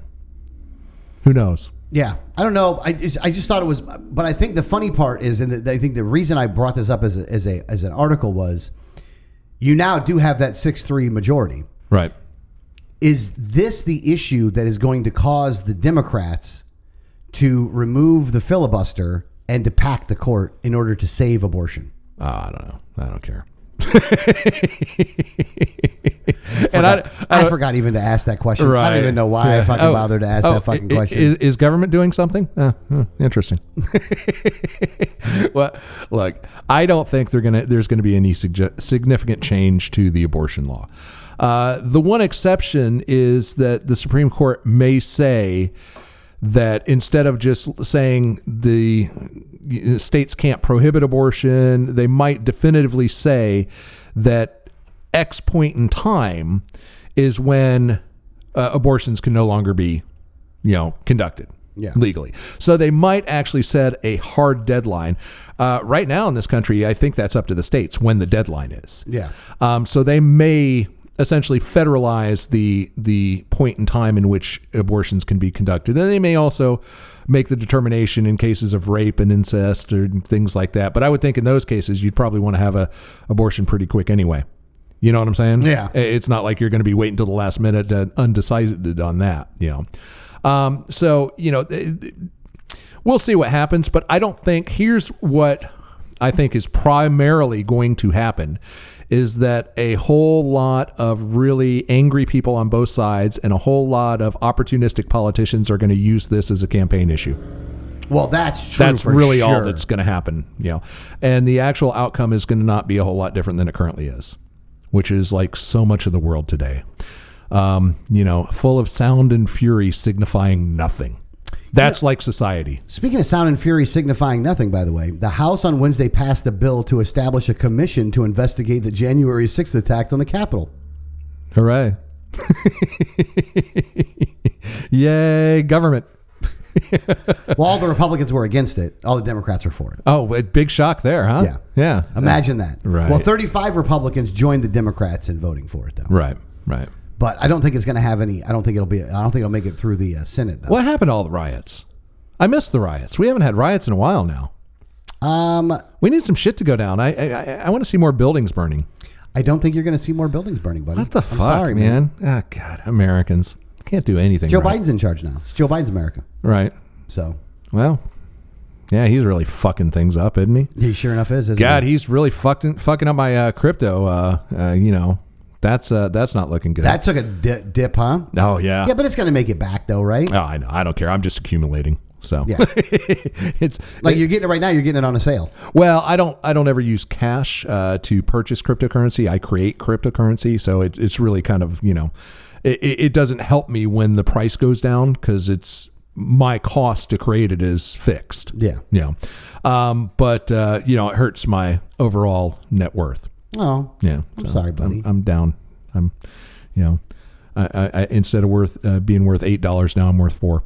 Who knows? Yeah, I don't know. I just, I just thought it was, but I think the funny part is, and I think the reason I brought this up as a, as a as an article was, you now do have that six three majority. Right. Is this the issue that is going to cause the Democrats to remove the filibuster and to pack the court in order to save abortion? Oh, I don't know. I don't care. and I, I, forgot even to ask that question. I Oh. Right. don't even know why I Yeah. fucking Oh, bothered to ask oh, that fucking i- i- question. Is, is government doing something? Uh, hmm, interesting. well, look, I don't think they're gonna. There's going to be any sugge- significant change to the abortion law. Uh, the one exception is that the Supreme Court may say that instead of just saying the states can't prohibit abortion, they might definitively say that X point in time is when uh, abortions can no longer be, you know, conducted Yeah. legally. So they might actually set a hard deadline. Uh, right now in this country, I think that's up to the states when the deadline is. yeah, Um, so they may essentially federalize the the point in time in which abortions can be conducted, and they may also make the determination in cases of rape and incest or things like that. But I would think in those cases, you'd probably want to have a abortion pretty quick anyway. You know what I'm saying? Yeah. I- It's not like you're going to be waiting till the last minute uh, undecided on that. You know. Um, so you know. th- th- we'll see what happens. But I don't think here's what I think is primarily going to happen is that a whole lot of really angry people on both sides and a whole lot of opportunistic politicians are going to use this as a campaign issue. well, that's true. That's for really all sure. that's going to happen, you know. And the actual outcome is going to not be a whole lot different than it currently is, which is like so much of the world today. Um, you know, full of sound and fury signifying nothing. That's like society. Speaking of sound and fury signifying nothing, by the way, the House on Wednesday passed a bill to establish a commission to investigate the January 6th attack on the Capitol. Hooray. Yay, government. Well, all the Republicans were against it. All the Democrats were for it. Oh, a big shock there, huh? Yeah. Yeah. Imagine that. Right. Well, 35 Republicans joined the Democrats in voting for it, though. Right, right. But I don't think it's going to have any. I don't think it'll be. I don't think it'll make it through the uh, Senate, though. What happened to all the riots? I miss the riots. We haven't had riots in a while now. Um, We need some shit to go down. I I, I, I want to see more buildings burning. I don't think you're going to see more buildings burning, buddy. What the I'm fuck, sorry, man? Ah, God, Americans can't do anything. Joe right. Biden's in charge now. It's Joe Biden's America. Right. So Well, yeah, he's really fucking things up, isn't he? he sure enough is. Isn't God, he? he's really fucking fucking up my uh, crypto. Uh, uh, you know, that's uh, that's not looking good. that took a di- dip, huh? oh yeah. Yeah, but it's going to make it back, though, right? oh, I know. I don't care. I'm just accumulating. So Yeah. it's Like you're getting it right now. You're getting it on a sale. Well, I don't. I don't ever use cash uh, to purchase cryptocurrency. I create cryptocurrency, so it, it's really kind of you know, it, it it doesn't help me when the price goes down because it's my cost to create it is fixed. Yeah. Yeah. Um, but uh, you know, it hurts my overall net worth. Oh, Yeah. I'm so um, sorry, buddy. I'm, I'm down. I'm, you know, I, I, I instead of worth uh, being worth eight dollars now, I'm worth four.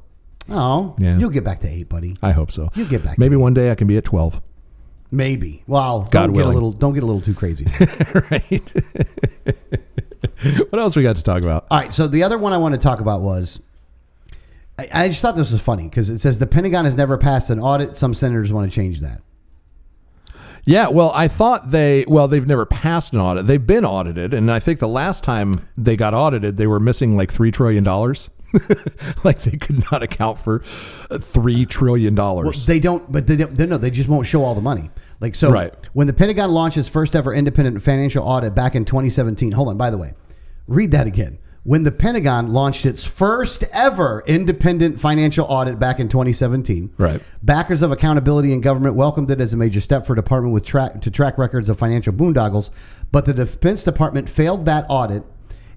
oh, uh, Yeah. you'll get back to eight, buddy. I hope so. You'll get back to Maybe eight. one day I can be at twelve. Maybe. Well, God don't get a willing. little. Don't get a little too crazy. right? what else we got to talk about? All right. So the other one I want to talk about was I, I just thought this was funny because it says the Pentagon has never passed an audit. Some senators want to change that. Yeah, well, I thought they well they've never passed an audit. They've been audited, and I think the last time they got audited, they were missing like three trillion dollars. like they could not account for uh, three trillion Well, dollars. they don't, but they don't. They, no, they just won't show all the money. Like so, Right. when the Pentagon launched its first ever independent financial audit back in 2017. Hold on, by the way, read that again. When the Pentagon launched its first ever independent financial audit back in 2017, Right. backers of accountability in government welcomed it as a major step for a department with track to track records of financial boondoggles, but the Defense Department failed that audit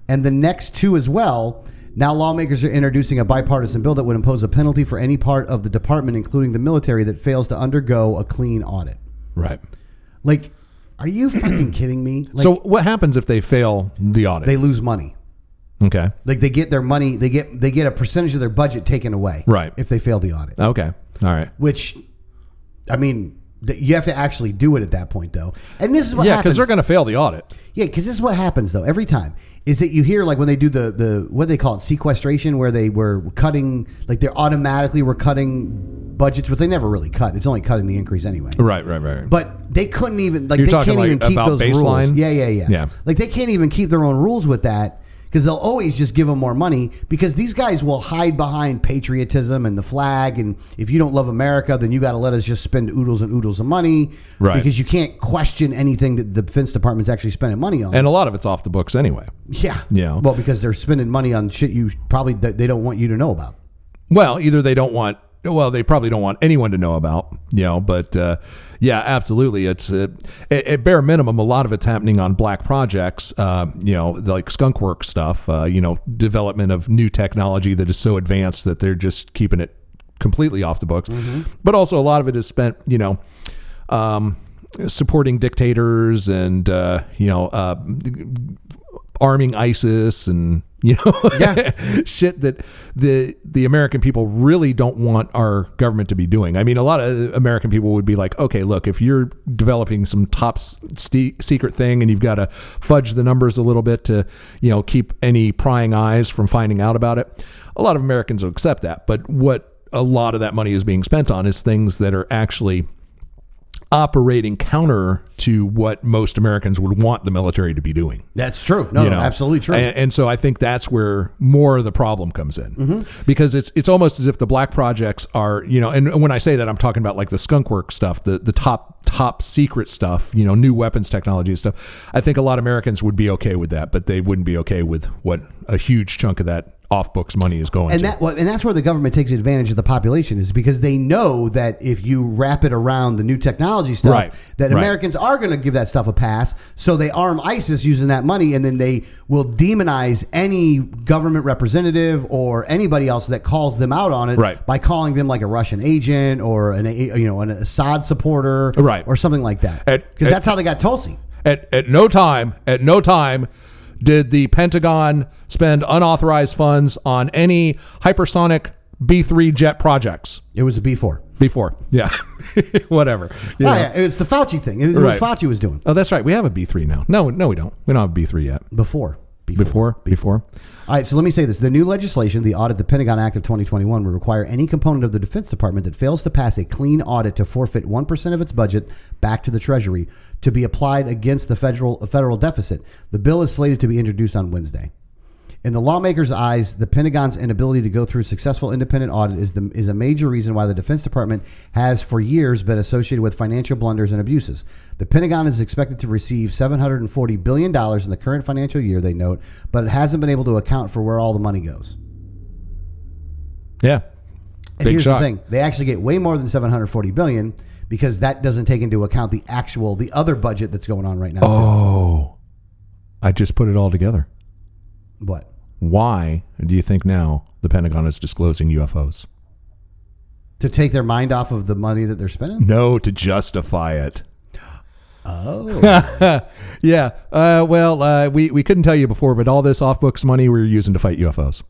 and the next two as well. Now lawmakers are introducing a bipartisan bill that would impose a penalty for any part of the department, including the military, that fails to undergo a clean audit. right. Like, are you fucking kidding me? Like, so what happens if they fail the audit? they lose money. okay. Like they get their money, they get they get a percentage of their budget taken away, Right. If they fail the audit, Okay. All right. which, I mean, th- you have to actually do it at that point, though. And this is what Yeah, because happens. they're going to fail the audit. Yeah, because this is what happens though every time is that you hear like when they do the the what do they call it sequestration where they were cutting like they automatically were cutting budgets, which they never really cut. It's only cutting the increase anyway. Right. Right. Right. right. But they couldn't even like You're they talking, can't like, even keep about those rules. baseline? Yeah, yeah, yeah, Yeah. Like they can't even keep their own rules with that because they'll always just give them more money because these guys will hide behind patriotism and the flag and if you don't love America, then you got to let us just spend oodles and oodles of money Right. because you can't question anything that the defense department's actually spending money on. and a lot of it's off the books anyway. yeah, Yeah. Well, because they're spending money on shit you probably that they don't want you to know about. Well, either they don't want, well, they probably don't want anyone to know about, you know, but uh, yeah, absolutely. It's uh, at, at bare minimum, a lot of it's happening on black projects, uh, you know, like skunk work stuff, uh, you know, development of new technology that is so advanced that they're just keeping it completely off the books. But also, a lot of it is spent, you know, um, supporting dictators and, uh, you know, uh, arming ISIS and you know Yeah. shit that the the American people really don't want our government to be doing. I mean, a lot of American people would be like, okay, look, if you're developing some top s- ste secret thing and you've got to fudge the numbers a little bit to you know keep any prying eyes from finding out about it, a lot of Americans will accept that. But what a lot of that money is being spent on is things that are actually operating counter to what most Americans would want the military to be doing That's true. No, you no, know? Oh, absolutely true. And, and so I think that's where more of the problem comes in Mm-hmm. because it's it's almost as if the black projects are you know, and when I say that I'm talking about like the skunk work stuff, the the top top secret stuff, you know, new weapons technology and stuff. I think a lot of Americans would be okay with that, but they wouldn't be okay with what a huge chunk of that off books money is going and to. that well, and that's where the government takes advantage of the population is because they know that if you wrap it around the new technology stuff, Right, that right. Americans are going to give that stuff a pass. So they arm ISIS using that money, and then they will demonize any government representative or anybody else that calls them out on it Right. by calling them like a Russian agent or an a- you know an Assad supporter, Right. or something like that. And- Because that's how they got Tulsi. at at no time, at no time Did the Pentagon spend unauthorized funds on any hypersonic B 3 jet projects? It was a B4. Before. Yeah. Whatever. You Yeah. know. yeah, it's the Fauci thing. It, it was Right. Fauci was doing Oh, that's right. We have a B three now. No, no, we don't. We don't have a B three yet. before. before. Before, before. All right, so let me say this. The new legislation, the Audit the Pentagon Act of 2021, would require any component of the Defense Department that fails to pass a clean audit to forfeit 1% of its budget back to the Treasury to be applied against the federal, federal deficit. The bill is slated to be introduced on Wednesday. In the lawmakers' eyes, the Pentagon's inability to go through successful independent audit is the, is a major reason why the Defense Department has for years been associated with financial blunders and abuses. The Pentagon is expected to receive 740 billion dollars in the current financial year, they note, but it hasn't been able to account for where all the money goes. Yeah. And Big here's shock. the thing: they actually get way more than 740 billion because that doesn't take into account the actual the other budget that's going on right now. Oh, I just put it all together. too. But Why do you think now the Pentagon is disclosing UFOs? to take their mind off of the money that they're spending. No, to justify it. Oh, Yeah. Uh, well, uh, we we couldn't tell you before, but all this off books money we were using to fight UFOs.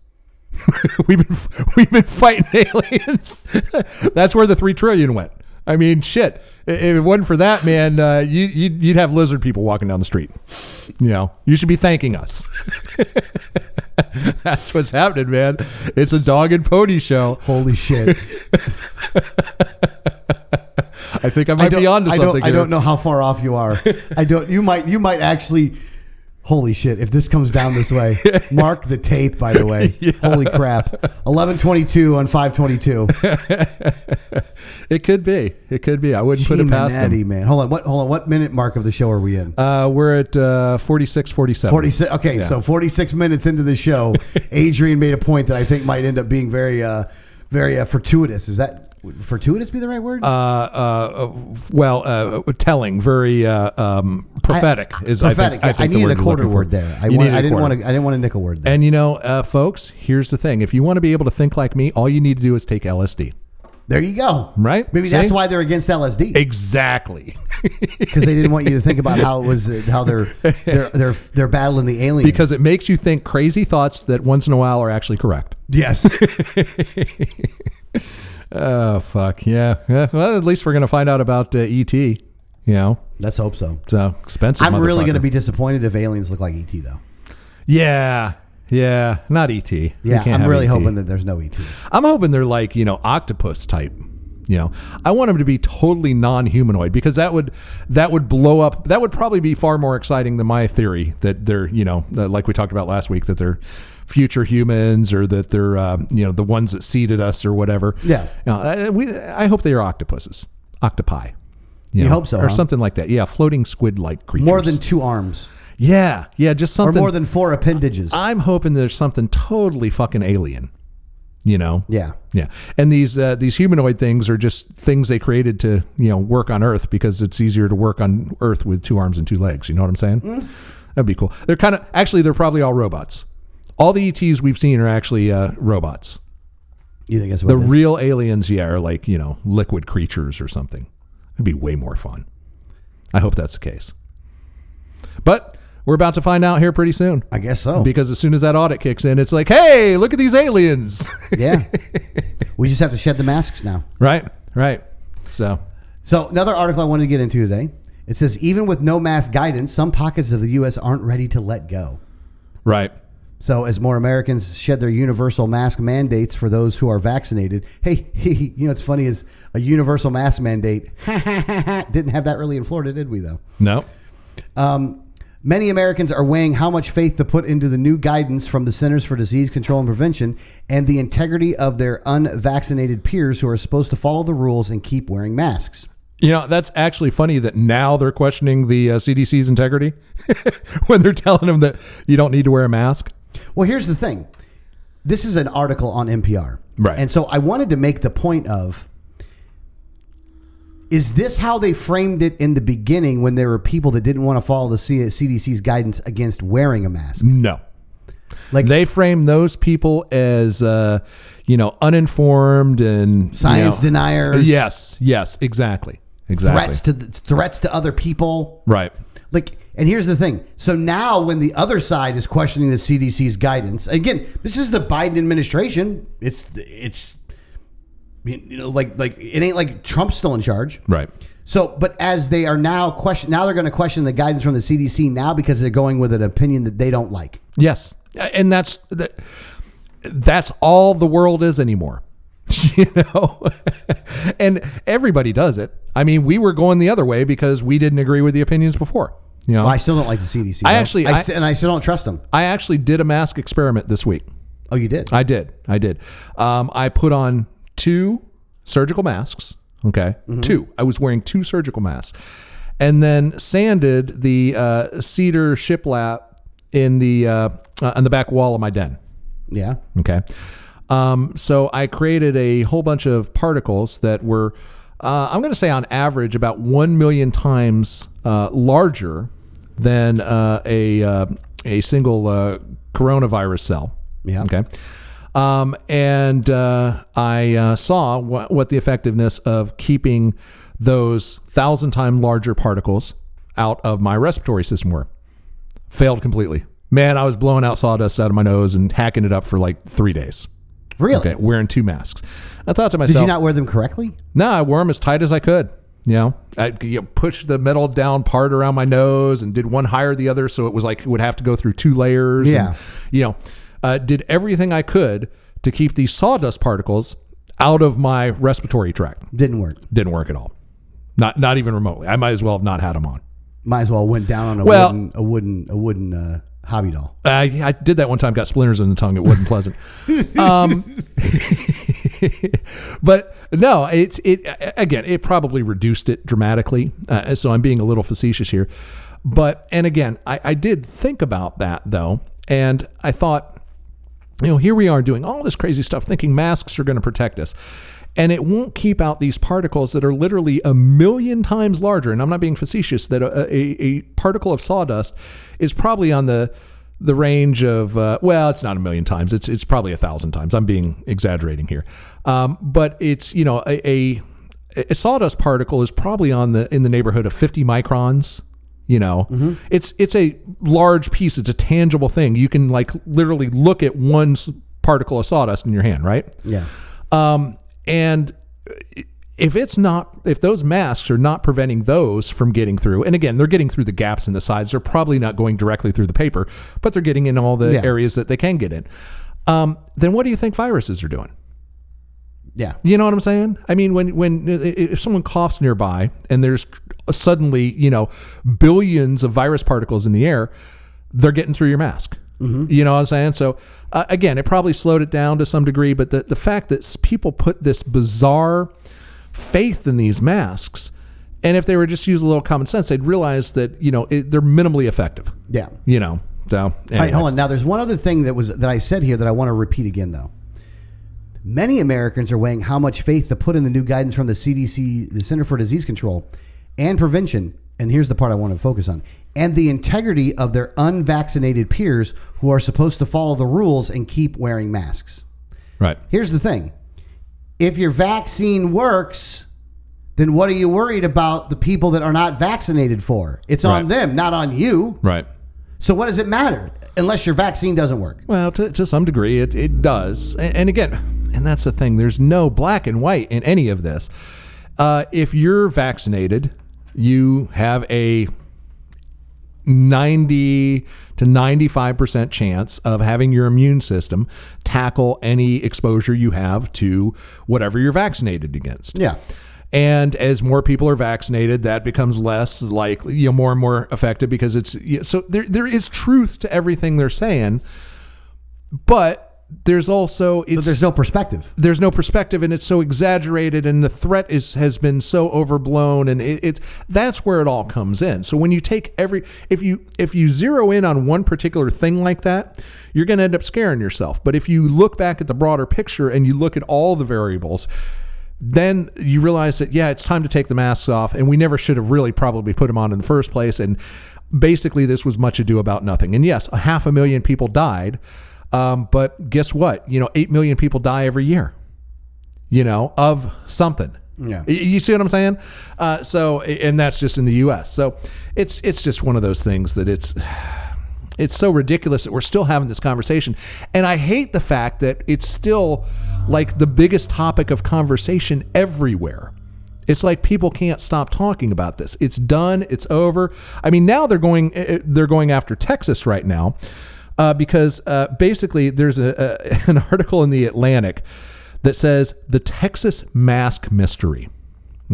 we've been we've been fighting aliens. That's where the three trillion went. I mean, shit. I- If it wasn't for that, man, uh, you you'd, you'd have lizard people walking down the street. You know, you should be thanking us. That's what's happening, man. It's a dog and pony show. holy shit! I think I might don't- be onto I something. don't- I here. don't know how far off you are. I don't. You might. You might actually. Holy shit! If this comes down this way, mark the tape. By the way, holy crap! Eleven twenty-two on five twenty-two. It could be. It could be. I wouldn't put it past them. Cincinnati, man. Hold on. What? Hold on. What minute mark of the show are we in? Uh, we're at uh, 46, 47. Forty-six. Okay, Yeah. so forty-six minutes into the show, Adrian made a point that I think might end up being very, uh, very uh, fortuitous. Is that would fortuitous? Be the right word? uh, uh, well, uh, telling, very uh, um, prophetic is Prophetic. I I, think, I think the needed word a you're quarter looking for. word there. I, want, You needed I a didn't quarter. want to. I didn't want to nickel word there. And you know, uh, folks, here's the thing: if you want to be able to think like me, all you need to do is take LSD. there you go. Right? Maybe that's See? why they're against LSD. Exactly, because they didn't want you to think about how it was how they're they're they're, they're battling the aliens. because it makes you think crazy thoughts that once in a while are actually correct. yes, Oh fuck yeah! yeah. Well, at least we're gonna find out about uh, ET. You know, let's hope so. so expensive. I'm really motherfucker. gonna be disappointed if aliens look like ET though. Yeah, yeah, not ET. We Yeah, can't I'm have E really ET. hoping that there's no E ET. I'm hoping they're like you know octopus type. You know, I want them to be totally non-humanoid because that would that would blow up. That would probably be far more exciting than my theory that they're you know uh, like we talked about last week that they're future humans or that they're um, you know the ones that seeded us or whatever. Yeah. You know, I, we, I hope they are octopuses, octopi. You hope so, huh? or something like that. Yeah, floating squid-like creatures. More than two arms yeah, yeah, just or something more than four appendages. I'm hoping there's something totally fucking alien. You know? yeah, Yeah. And these uh, these humanoid things are just things they created to, you know, work on Earth because it's easier to work on Earth with two arms and two legs. You know what I'm saying? That'd be cool. They're kind of actually they're probably all robots. All the ETs we've seen are actually uh, robots. you think that's what The it is? real aliens, yeah, are like you know liquid creatures or something. It'd be way more fun. I hope that's the case. But we're about to find out here pretty soon I guess so. because as soon as that audit kicks in, it's like, hey, look at these aliens, yeah, we just have to shed the masks now. right? Right. So, So another article I wanted to get into today. It says even with no mask guidance, some pockets of the U.S. aren't ready to let go. right. So, as more Americans shed their universal mask mandates for those who are vaccinated, hey, you know what's funny is a universal mask mandate didn't have that really in Florida, did we though? No. Um, many Americans are weighing how much faith to put into the new guidance from the Centers for Disease Control and Prevention and the integrity of their unvaccinated peers who are supposed to follow the rules and keep wearing masks. You know, that's actually funny that now they're questioning the uh, CDC's integrity when they're telling them that you don't need to wear a mask. Well, here's the thing. This is an article on NPR. Right. And so I wanted to make the point of is this how they framed it in the beginning when there were people that didn't want to follow the C- CDC's guidance against wearing a mask? No. Like- they frame those people as, uh, you know, uninformed and you Science know- deniers. Yes. Yes. Exactly. Exactly. Threats to th- threats to other people. Right. Like, and here's the thing. So now, when the other side is questioning the CDC's guidance, again, this is the Biden administration. It's it's you know like like it ain't like Trump's still in charge. Right. So, but as they are now question, now they're going to question the guidance from the CDC now because they're going with an opinion that they don't like. Yes, and that's that, that's all the world is anymore. You know, and everybody does it. I mean, we were going the other way because we didn't agree with the opinions before. You know, Well, I still don't like the CDC. I though. actually- I I- st- and I still don't trust them. I actually did a mask experiment this week. Oh, you did. I did. I did. Um, I put on two surgical masks. Okay, two. I was wearing two surgical masks, and then sanded the uh, cedar shiplap in the uh, uh, on the back wall of my den. yeah. Okay. Um, so I created a whole bunch of particles that were, uh, I'm going to say on average, about 1 million times uh, larger than uh, a, uh, a single uh, coronavirus cell. Yeah. Okay. Um, and uh, I uh, saw what, what the effectiveness of keeping those thousand time larger particles out of my respiratory system were failed completely. Man, I was blowing out sawdust out of my nose and hacking it up for like three days. Really? Okay, wearing two masks. I thought to Did myself, you not wear them correctly? no, I wore them as tight as I could. You know, I you know, pushed the metal down part around my nose and did one higher the other, so it was like it would have to go through two layers. Yeah. and, you know, uh, did everything I could to keep these sawdust particles out of my respiratory tract. Didn't work. Didn't work at all. Not not even remotely. I might as well have not had them on. Might as well went down on a Well- wooden, a wooden, a wooden uh, hobby doll. I, I did that one time. Got splinters in the tongue. It wasn't pleasant. um, but no, it's it again. It probably reduced it dramatically. Uh, so I'm being a little facetious here. But and again, I, I did think about that though, and I thought, you know, here we are doing all this crazy stuff, thinking masks are going to protect us. And it won't keep out these particles that are literally a million times larger. And I'm not being facetious, that a, a, a particle of sawdust is probably on the the range of, uh, well, it's not a million times. It's, it's probably a thousand times. I'm being exaggerating here. Um, but it's, you know, a, a, a sawdust particle is probably on the in the neighborhood of 50 microns you know it's it's a large piece it's a tangible thing you can like literally look at one s- particle of sawdust in your hand right Yeah. um and uh, if it's not if those masks are not preventing those from getting through and again they're getting through the gaps in the sides they're probably not going directly through the paper but they're getting in all the Yeah. areas that they can get in um, then what do you think viruses are doing Yeah. you know what I'm saying? I mean, when when if someone coughs nearby and there's suddenly you know billions of virus particles in the air, they're getting through your mask. Mm-hmm. You know what I'm saying? So uh, again, it probably slowed it down to some degree, but the the fact that s- people put this bizarre faith in these masks, and if they were just use a little common sense, they'd realize that you know it, they're minimally effective. Yeah. You know, so All anyway. right, hold on. Now, there's one other thing that was that I said here that I want to repeat again, though. Many Americans are weighing how much faith to put in the new guidance from the CDC, the Center for Disease Control and Prevention. And here's the part I want to focus on: and the integrity of their unvaccinated peers who are supposed to follow the rules and keep wearing masks. right. Here's the thing: if your vaccine works. Then what are you worried about the people that are not vaccinated for? It's on Right. them, not on you. Right. So what does it matter unless your vaccine doesn't work? Well, to, to some degree, it, it does. And, and again, and that's the thing, there's no black and white in any of this. Uh, if you're vaccinated, you have a 90 to 95% chance of having your immune system tackle any exposure you have to whatever you're vaccinated against. Yeah. And as more people are vaccinated, that becomes less likely, you know, more and more effective because it's you know, so there. There is truth to everything they're saying, but there's also it's, But there's no perspective. there's no perspective, and it's so exaggerated, and the threat is has been so overblown, and it, it's that's where it all comes in. So when you take every if you if you zero in on one particular thing like that, you're going to end up scaring yourself. But if you look back at the broader picture and you look at all the variables then you realize that yeah, it's time to take the masks off, and we never should have really probably put them on in the first place. And basically, this was much ado about nothing. And yes, a half a million people died, um, but guess what? You know, eight million people die every year. You know, of something. Yeah. Y- You see what I'm saying? Uh, so, and that's just in the U.S. So, it's it's just one of those things that it's it's so ridiculous that we're still having this conversation, and I hate the fact that it's still like the biggest topic of conversation everywhere. It's like people can't stop talking about this. It's done. It's over. I mean, now they're going eh, eh, they're going after Texas right now uh, because uh, basically there's a, a an article in the Atlantic that says the Texas mask mystery.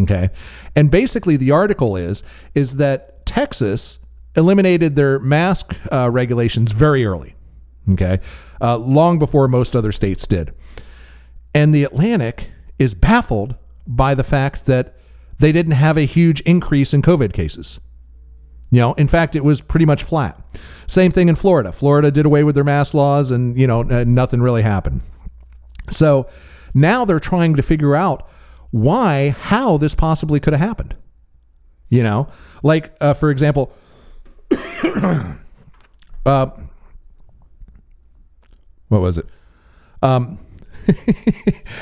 Okay, and basically the article is is that Texas eliminated their mask uh, regulations very early. Okay, uh, long before most other states did. And the Atlantic is baffled by the fact that they didn't have a huge increase in COVID cases. You know, in fact, it was pretty much flat. Same thing in Florida. Florida did away with their mask laws, and you know, uh, nothing really happened. So now they're trying to figure out why, how this possibly could have happened. You know, like uh, for example, uh, what was it? Um,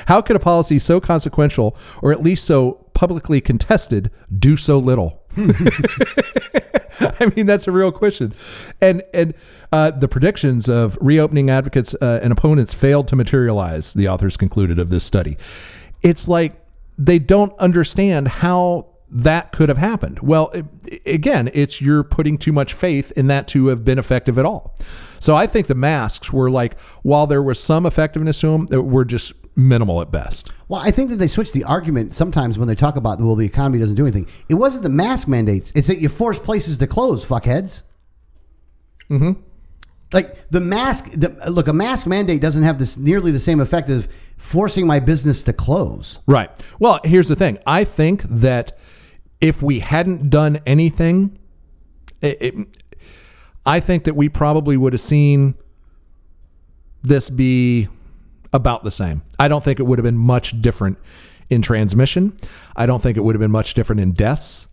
How could a policy so consequential, or at least so publicly contested, do so little? I mean, that's a real question. And and uh, the predictions of reopening advocates uh, and opponents failed to materialize. The authors concluded of this study. It's like they don't understand how that could have happened. Well, i again, it's you're putting too much faith in that to have been effective at all. So I think the masks were like, while there was some effectiveness to them, they were just minimal at best. Well, I think that they switch the argument sometimes when they talk about well, the economy doesn't do anything. It wasn't the mask mandates; it's that you force places to close, fuckheads. Mm-hmm. Mm-hmm. Like the mask. The, look, a mask mandate doesn't have this nearly the same effect as forcing my business to close. Right. Well, here's the thing. I think that if we hadn't done anything, it, it- I think that we probably would have seen this be about the same. I don't think it would have been much different in transmission. I don't think it would have been much different in deaths.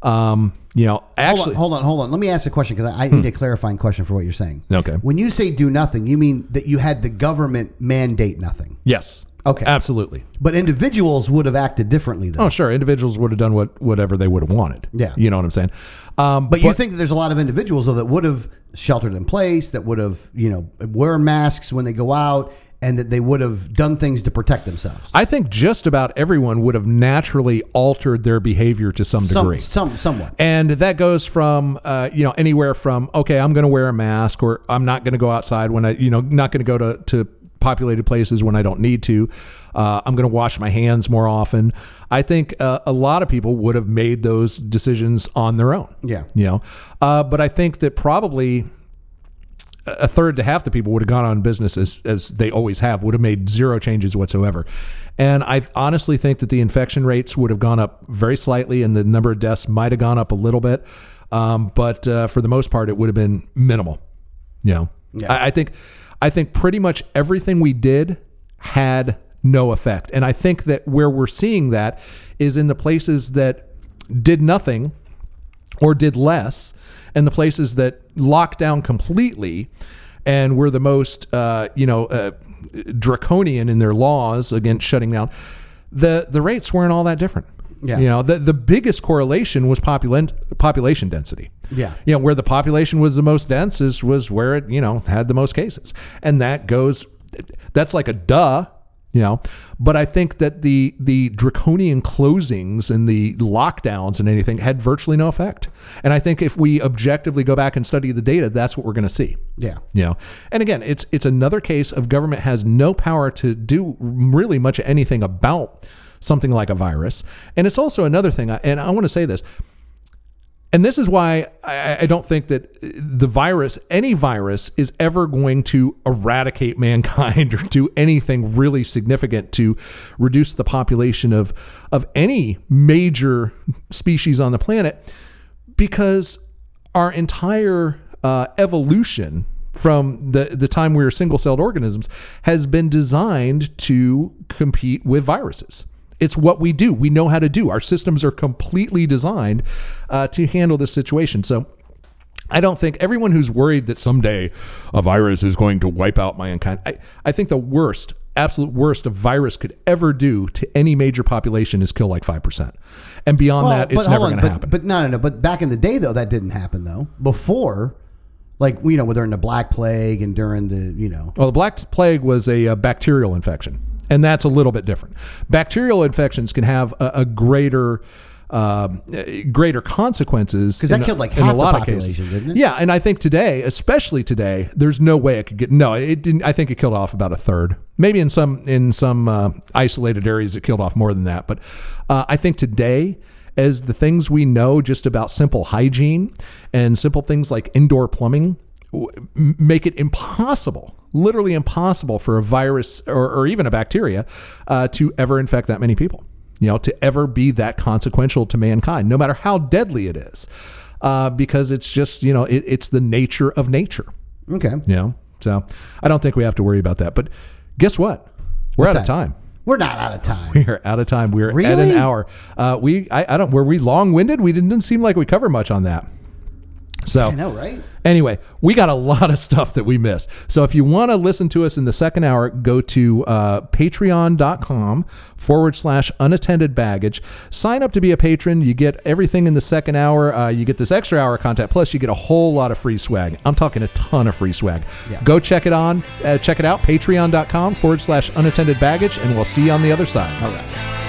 Um, you know, actually, Hmm. hold on, hold on, hold on. Let me ask a question because I, I need a clarifying question for what you're saying. Okay. When you say do nothing, you mean that you had the government mandate nothing, yes. Okay. Absolutely. but individuals would have acted differently though. Oh, sure. Individuals would have done what whatever they would have wanted. Yeah. You know what I'm saying? Um, But, you think that there's a lot of individuals though that would have sheltered in place, that would have you know wear masks when they go out, and that they would have done things to protect themselves. I think just about everyone would have naturally altered their behavior to some Some, degree. some, somewhat. and that goes from uh, you know anywhere from okay I'm going to wear a mask or I'm not going to go outside when I you know not going to go to to populated places when I don't need to uh, I'm going to wash my hands more often I think uh, a lot of people would have made those decisions on their own Yeah. you know uh, but I think that probably a third to half the people would have gone on business as, as they always have, would have made zero changes whatsoever. And I honestly think that the infection rates would have gone up very slightly and the number of deaths might have gone up a little bit. Um, but uh, for the most part, it would have been minimal. You know, Yeah. I, I think I think pretty much everything we did had no effect. And I think that where we're seeing that is in the places that did nothing or did less, and the places that locked down completely and were the most, uh, you know, uh, draconian in their laws against shutting down, the the rates weren't all that different. Yeah. You know, the, the biggest correlation was population population density. Yeah. You know, where the population was the most dense is was where it, you know, had the most cases. And that goes that's like a duh, you know. But I think that the the draconian closings and the lockdowns and anything had virtually no effect. And I think if we objectively go back and study the data, that's what we're gonna see. Yeah. You know, and again, it's it's another case of government has no power to do really much of anything about something like a virus, and it's also another thing. I- And I want to say this, and this is why I, I don't think that the virus, any virus, is ever going to eradicate mankind or do anything really significant to reduce the population of of any major species on the planet because our entire uh, evolution from the, the time we were single celled organisms has been designed to compete with viruses. It's what we do. We know how to do. Our systems are completely designed uh, to handle this situation. So I don't think everyone who's worried that someday a virus is going to wipe out mankind, I, I think the worst absolute worst a virus could ever do to any major population is kill like 5%. And beyond that, it's never going to but, happen. But no, no, no. But back in the day, though, that didn't happen though. Before, like you know, during the Black Plague and during the you know, Well, the Black Plague was a, uh bacterial infection, and that's a little bit different. Bacterial infections can have a, a greater um, uh, greater consequences 'Cause that in a- killed, like, in half a the lot of population, cases. didn't it? Yeah, and I think today, especially today, there's no way it could get. No, it didn't. I think it killed off about a third. Maybe in some in some uh, isolated areas, it killed off more than that. But uh, I think today. As the things we know just about simple hygiene and simple things like indoor plumbing w- m- make it impossible, literally impossible, for a virus or, or even a bacteria uh, to ever infect that many people you know, to ever be that consequential to mankind, no matter how deadly it is, uh, because it's just, you know, it, it's the nature of nature, okay, you know? So I don't think we have to worry about that. But guess what? We're out of time. we're not out of time. We are out of time. We're at an Really? hour. Uh, we, I, I don't, were we long winded? We didn't, didn't seem like we cover much on that. So I know, right? Anyway, we got a lot of stuff that we missed. So if you want to listen to us in the second hour, go to uh, patreon.com forward slash unattended baggage. Sign up to be a patron. You get everything in the second hour. Uh, you get this extra hour of content. Plus, you get a whole lot of free swag. I'm talking a ton of free swag. Go check it on. Uh, check it out. Patreon.com forward slash unattended baggage. And we'll see you on the other side. All right.